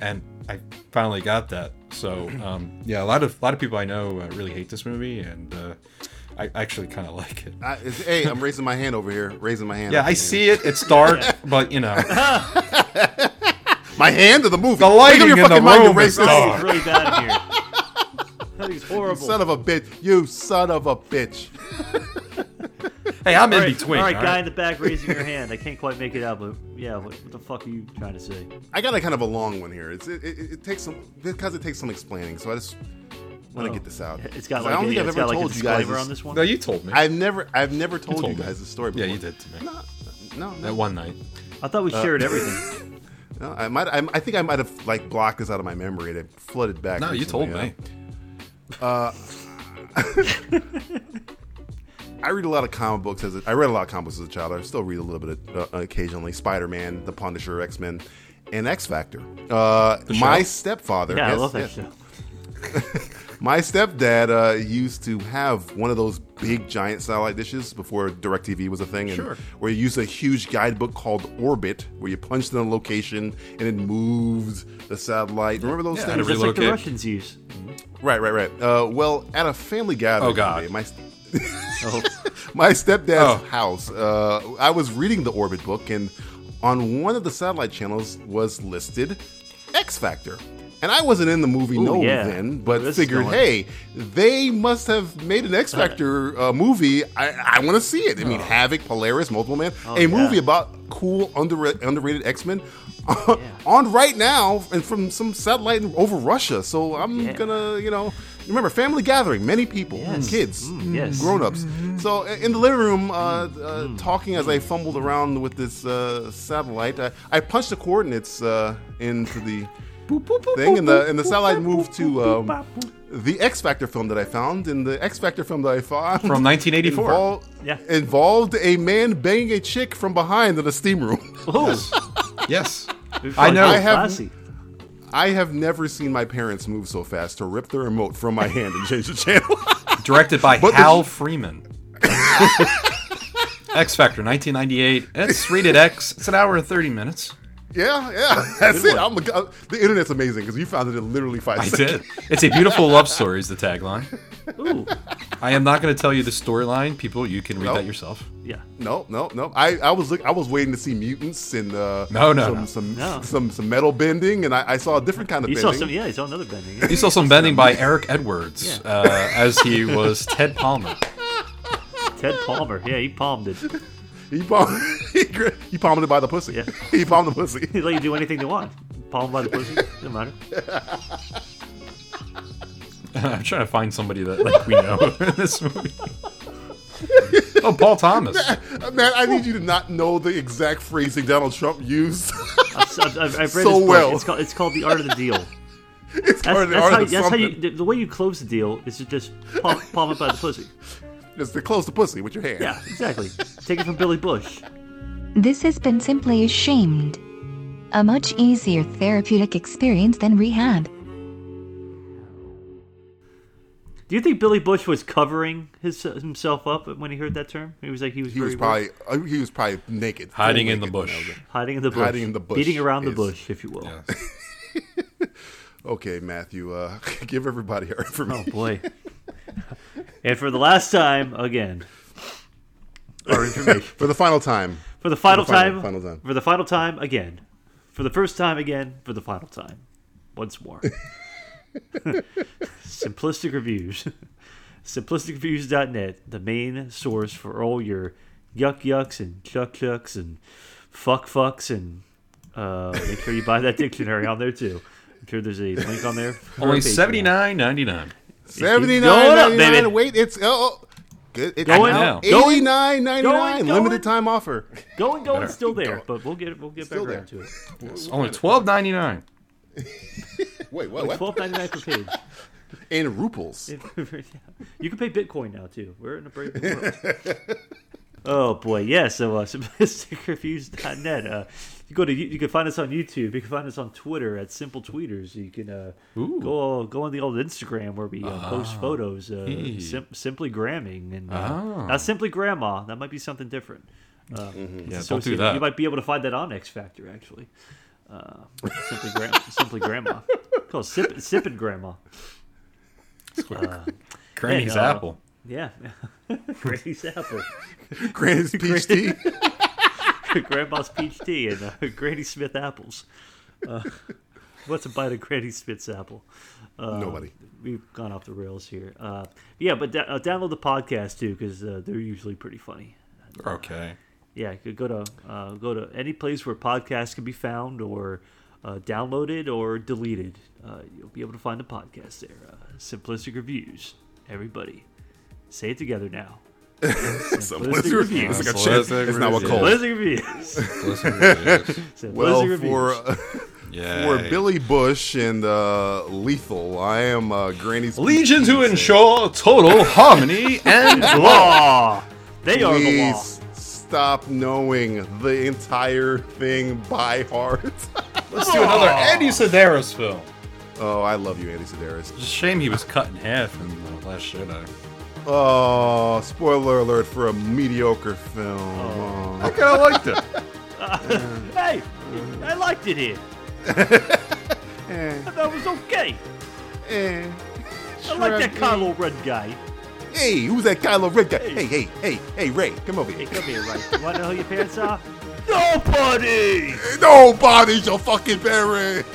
S4: And I finally got that. So um, yeah, a lot of a lot of people I know uh, really hate this movie, and uh, I actually kind of like it.
S2: I, it's, hey, I'm raising my hand over here. Raising my hand.
S4: Yeah, I see it. It's dark, but you know,
S2: My hand or the movie?
S4: The lighting in the room is
S2: racist.
S3: I think
S4: dark.
S3: it's really bad in here. I think it's horrible.
S2: Son of a bitch. You son of a bitch.
S4: hey, I'm
S3: all
S4: in
S3: right,
S4: between.
S3: all right,
S4: all
S3: guy
S4: right?
S3: in the back raising your hand. I can't quite make it out, but yeah, what, what the fuck are you trying to say?
S2: I got a kind of a long one here. It's, it, it, it takes some because it takes some explaining. So I just want
S3: Oh.
S2: to get this out.
S3: It's got
S2: 'Cause
S3: like
S2: I don't
S3: a-
S2: think I've
S3: it's
S2: ever
S3: got like a
S2: told you guys
S3: disclaimer on this one? No,
S4: you told me.
S2: I've never, I've never
S4: You
S2: told you,
S4: told me.
S2: guys the story.
S4: Yeah,
S2: Before.
S4: you did to me.
S2: No, no,
S4: That one night.
S3: I thought we
S2: Uh,
S3: shared everything.
S2: No, I might. I, I think I might have like blocked this out of my memory. and It flooded back.
S4: No, you
S2: recently,
S4: told
S2: yeah.
S4: me.
S2: Uh, I read a lot of comic books as a, I read a lot of comic books as a child. I still read a little bit of, uh, occasionally. Spider Man, The Punisher, X Men, and X Factor. Uh,
S3: The
S2: my
S3: show?
S2: stepfather.
S3: Yeah, I
S2: yes,
S3: love that
S2: yes.
S3: show.
S2: My stepdad uh, used to have one of those big giant satellite dishes before DirecTV was a thing, and
S4: Sure.
S2: where you used a huge guidebook called Orbit, where you punched in a location and it moved the satellite. Remember those
S3: Yeah,
S2: things?
S3: just like the Russians use.
S2: Right, right, right. Uh, well, at a family gathering,
S4: Oh, God.
S2: one day, my
S3: Oh.
S2: my stepdad's house. Uh, I was reading the Orbit book, and on one of the satellite channels was listed X Factor, and I wasn't in the movie
S3: Ooh,
S2: no
S3: yeah.
S2: then, but
S3: This is
S2: figured,
S3: going-
S2: hey, they must have made an X Factor uh, movie. I, I want to see it. I mean, Havoc, Polaris, Multiple Man,
S3: Oh,
S2: a
S3: yeah.
S2: movie about cool under, underrated X Men. on right now and from some satellite in- over Russia. So I'm
S3: Yeah.
S2: gonna, you know, remember family gathering, many people,
S3: Yes.
S2: kids,
S3: Mm, yes. Mm.
S2: grown-ups. So i- in the living room, uh, uh, talking as I fumbled around with this uh, satellite, I, I punched the coordinates uh, into the thing, and the and the satellite moved to. Um, the X Factor film that I found, and the X Factor film that I found
S4: From 1984.
S2: invol-
S3: Yeah.
S2: involved a man banging a chick from behind in a steam room.
S3: Oh,
S4: Yes.
S3: we've
S4: I
S3: gone
S4: know.
S3: so
S2: I have-
S3: classy.
S2: I have never seen my parents move so fast to rip the remote from my hand and change the channel.
S4: Directed by
S2: But the-
S4: Hal Freeman. X Factor, 1998. It's rated X. It's an hour and 30 minutes.
S2: yeah, yeah, that's it. I'm a, uh, the internet's amazing because you found it in literally five
S4: I
S2: seconds.
S4: did. It's a beautiful love story, is the tagline.
S3: Ooh,
S4: I am not going to tell you the storyline. People, you can read
S2: Nope.
S4: that yourself.
S3: yeah.
S2: No, no, no. I, I was look, I was waiting to see mutants and uh,
S4: No, no,
S2: some,
S4: no.
S2: Some,
S3: No.
S2: some some metal bending, and I, I saw a different kind of
S3: You saw
S2: bending.
S3: some. Yeah, you saw another bending.
S4: You
S3: Yeah.
S4: saw some bending by Eric Edwards
S3: Yeah.
S4: uh, as he was Ted Palmer.
S3: Ted Palmer. Yeah, he palmed it.
S2: He palmed, he, gri- he palmed it by the pussy.
S3: Yeah.
S2: He palmed the pussy.
S3: They let you do anything they want. Palm by the pussy. No matter.
S4: I'm trying to find somebody that like we know in this movie. Oh, Paul Thomas.
S2: Man, Uh, I need you to not know the exact phrasing Donald Trump used.
S3: I've, I've, I've read
S2: So
S3: his book.
S2: well.
S3: It's called, it's called The Art of the Deal.
S2: it's
S3: That's,
S2: part of the
S3: that's
S2: art
S3: how,
S2: of
S3: that's how you,
S2: something.
S3: the, the way you close the deal is to just palm, palm it by the pussy.
S2: Just to close the pussy with your hand.
S3: Yeah, exactly. Take it from Billy Bush.
S1: This has been simply ashamed. A much easier therapeutic experience than rehab.
S3: Do you think Billy Bush was covering his himself up when he heard that term? He was like he was
S2: He was
S3: very
S2: probably uh, he was probably naked, full
S4: Hiding in the
S2: naked when I was
S4: bush.
S2: there.
S3: hiding in the bush,
S2: hiding in the bush
S3: beating around the
S2: is-
S3: bush, if you will.
S2: Okay, Matthew, uh, give everybody our
S3: Oh
S2: information.
S3: boy! and for the last time, again, Oh, our information
S2: For the final time,
S3: for the final,
S2: final-
S3: time,
S2: final time.
S3: for the final time again, for the first time again, for the final time, once more. Simplistic reviews, simplisticreviews.net, the main source for all your yuck yucks and chuck chucks and fuck fucks and uh, make sure you buy that dictionary on there too. I'm sure there's a link on there. for
S4: Only
S3: Patreon.
S4: seventy nine ninety nine.
S2: seventy
S3: Going
S2: nine
S3: up,
S2: ninety
S3: baby.
S2: nine. Wait, it's oh, oh, good. It's
S3: Going
S4: now.
S2: eighty nine ninety
S3: Going,
S2: nine.
S3: going.
S2: Limited time offer.
S3: Going, going,
S4: Better.
S3: still there, but we'll get we'll get back
S2: Still
S3: around to
S2: there.
S3: it.
S4: Only twelve ninety nine.
S2: Wait, what? what?
S3: Twelve ninety nine per page.
S2: In ruples.
S3: you can pay Bitcoin now too. We're in a brave new world. oh boy, yeah. So uh, simplisticreviews.net. Uh, you go to you you can find us on YouTube. You can find us on Twitter at Simple Tweeters. You can uh, go go on the old Instagram where we uh,
S4: Ah,
S3: post photos. Uh, sim- simply gramming and uh, not simply grandma. That might be something different. Uh, it's
S4: Ah. Mm-hmm. Yeah, don't do
S3: associated- You
S4: that.
S3: might be able to find that on X Factor actually. Uh, simply, gra- simply grandma. Called sip, sip and grandma.
S4: Granny's
S3: Hey, uh,
S4: apple.
S3: Yeah. Granny's apple.
S2: Granny's peach tea.
S3: Grandma's peach tea and uh, Granny Smith apples. Uh, what's a bite of Granny Smith's apple? Uh,
S2: Nobody.
S3: We've gone off the rails here. Uh, yeah, but da- uh, download the podcast too because uh, they're usually pretty funny.
S4: Okay.
S3: Yeah, you could go to uh, go to any place where podcasts can be found or uh, downloaded or deleted, uh, you'll be able to find the podcast there. Uh, Simplistic Reviews. Everybody, say it together now.
S2: Simplistic Reviews. It's like a chest. It's not what cold.
S3: Simplistic Reviews. Simplistic
S2: well,
S3: Reviews.
S2: for uh, for
S4: Yay.
S2: Billy Bush and uh, Lethal, I am uh, Granny's
S4: Legion to ensure total harmony and law.
S3: They are the law.
S2: Please Stop knowing the entire thing by heart.
S4: Let's do another Andy Sedaris film.
S2: oh, I love you, Andy Sedaris.
S4: It's a shame he was cut in half in the last Jedi.
S2: Oh, spoiler alert for a mediocre film. Oh.
S4: I kind of liked it.
S3: Hey, I liked it here. That was okay.
S2: Eh.
S3: I like that Kylo Ren guy.
S2: Hey, who's that Kylo Ren guy? Hey, hey, hey, hey, Ray, come over
S3: Hey,
S2: here.
S3: come here, right? You want to know who your parents are? Nobody.
S2: Nobody's your fucking parent.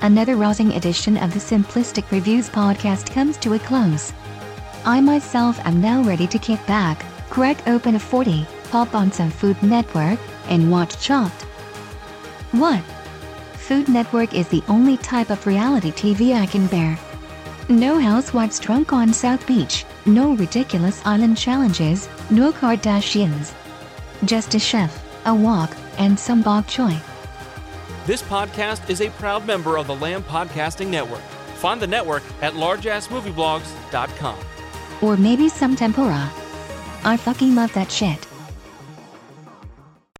S1: Another rousing edition of the Simplistic Reviews podcast comes to a close. I myself am now ready to kick back, crack open a 40, pop on some Food Network, and watch Chopped. What? Food Network is the only type of reality TV I can bear. No housewives drunk on South Beach, no ridiculous island challenges, no Kardashians. Just a chef, a walk, and some bok choy.
S8: This podcast is a proud member of the Lamb Podcasting Network. Find the network at largeassmovieblogs.com.
S1: Or maybe some tempura. I fucking love that shit.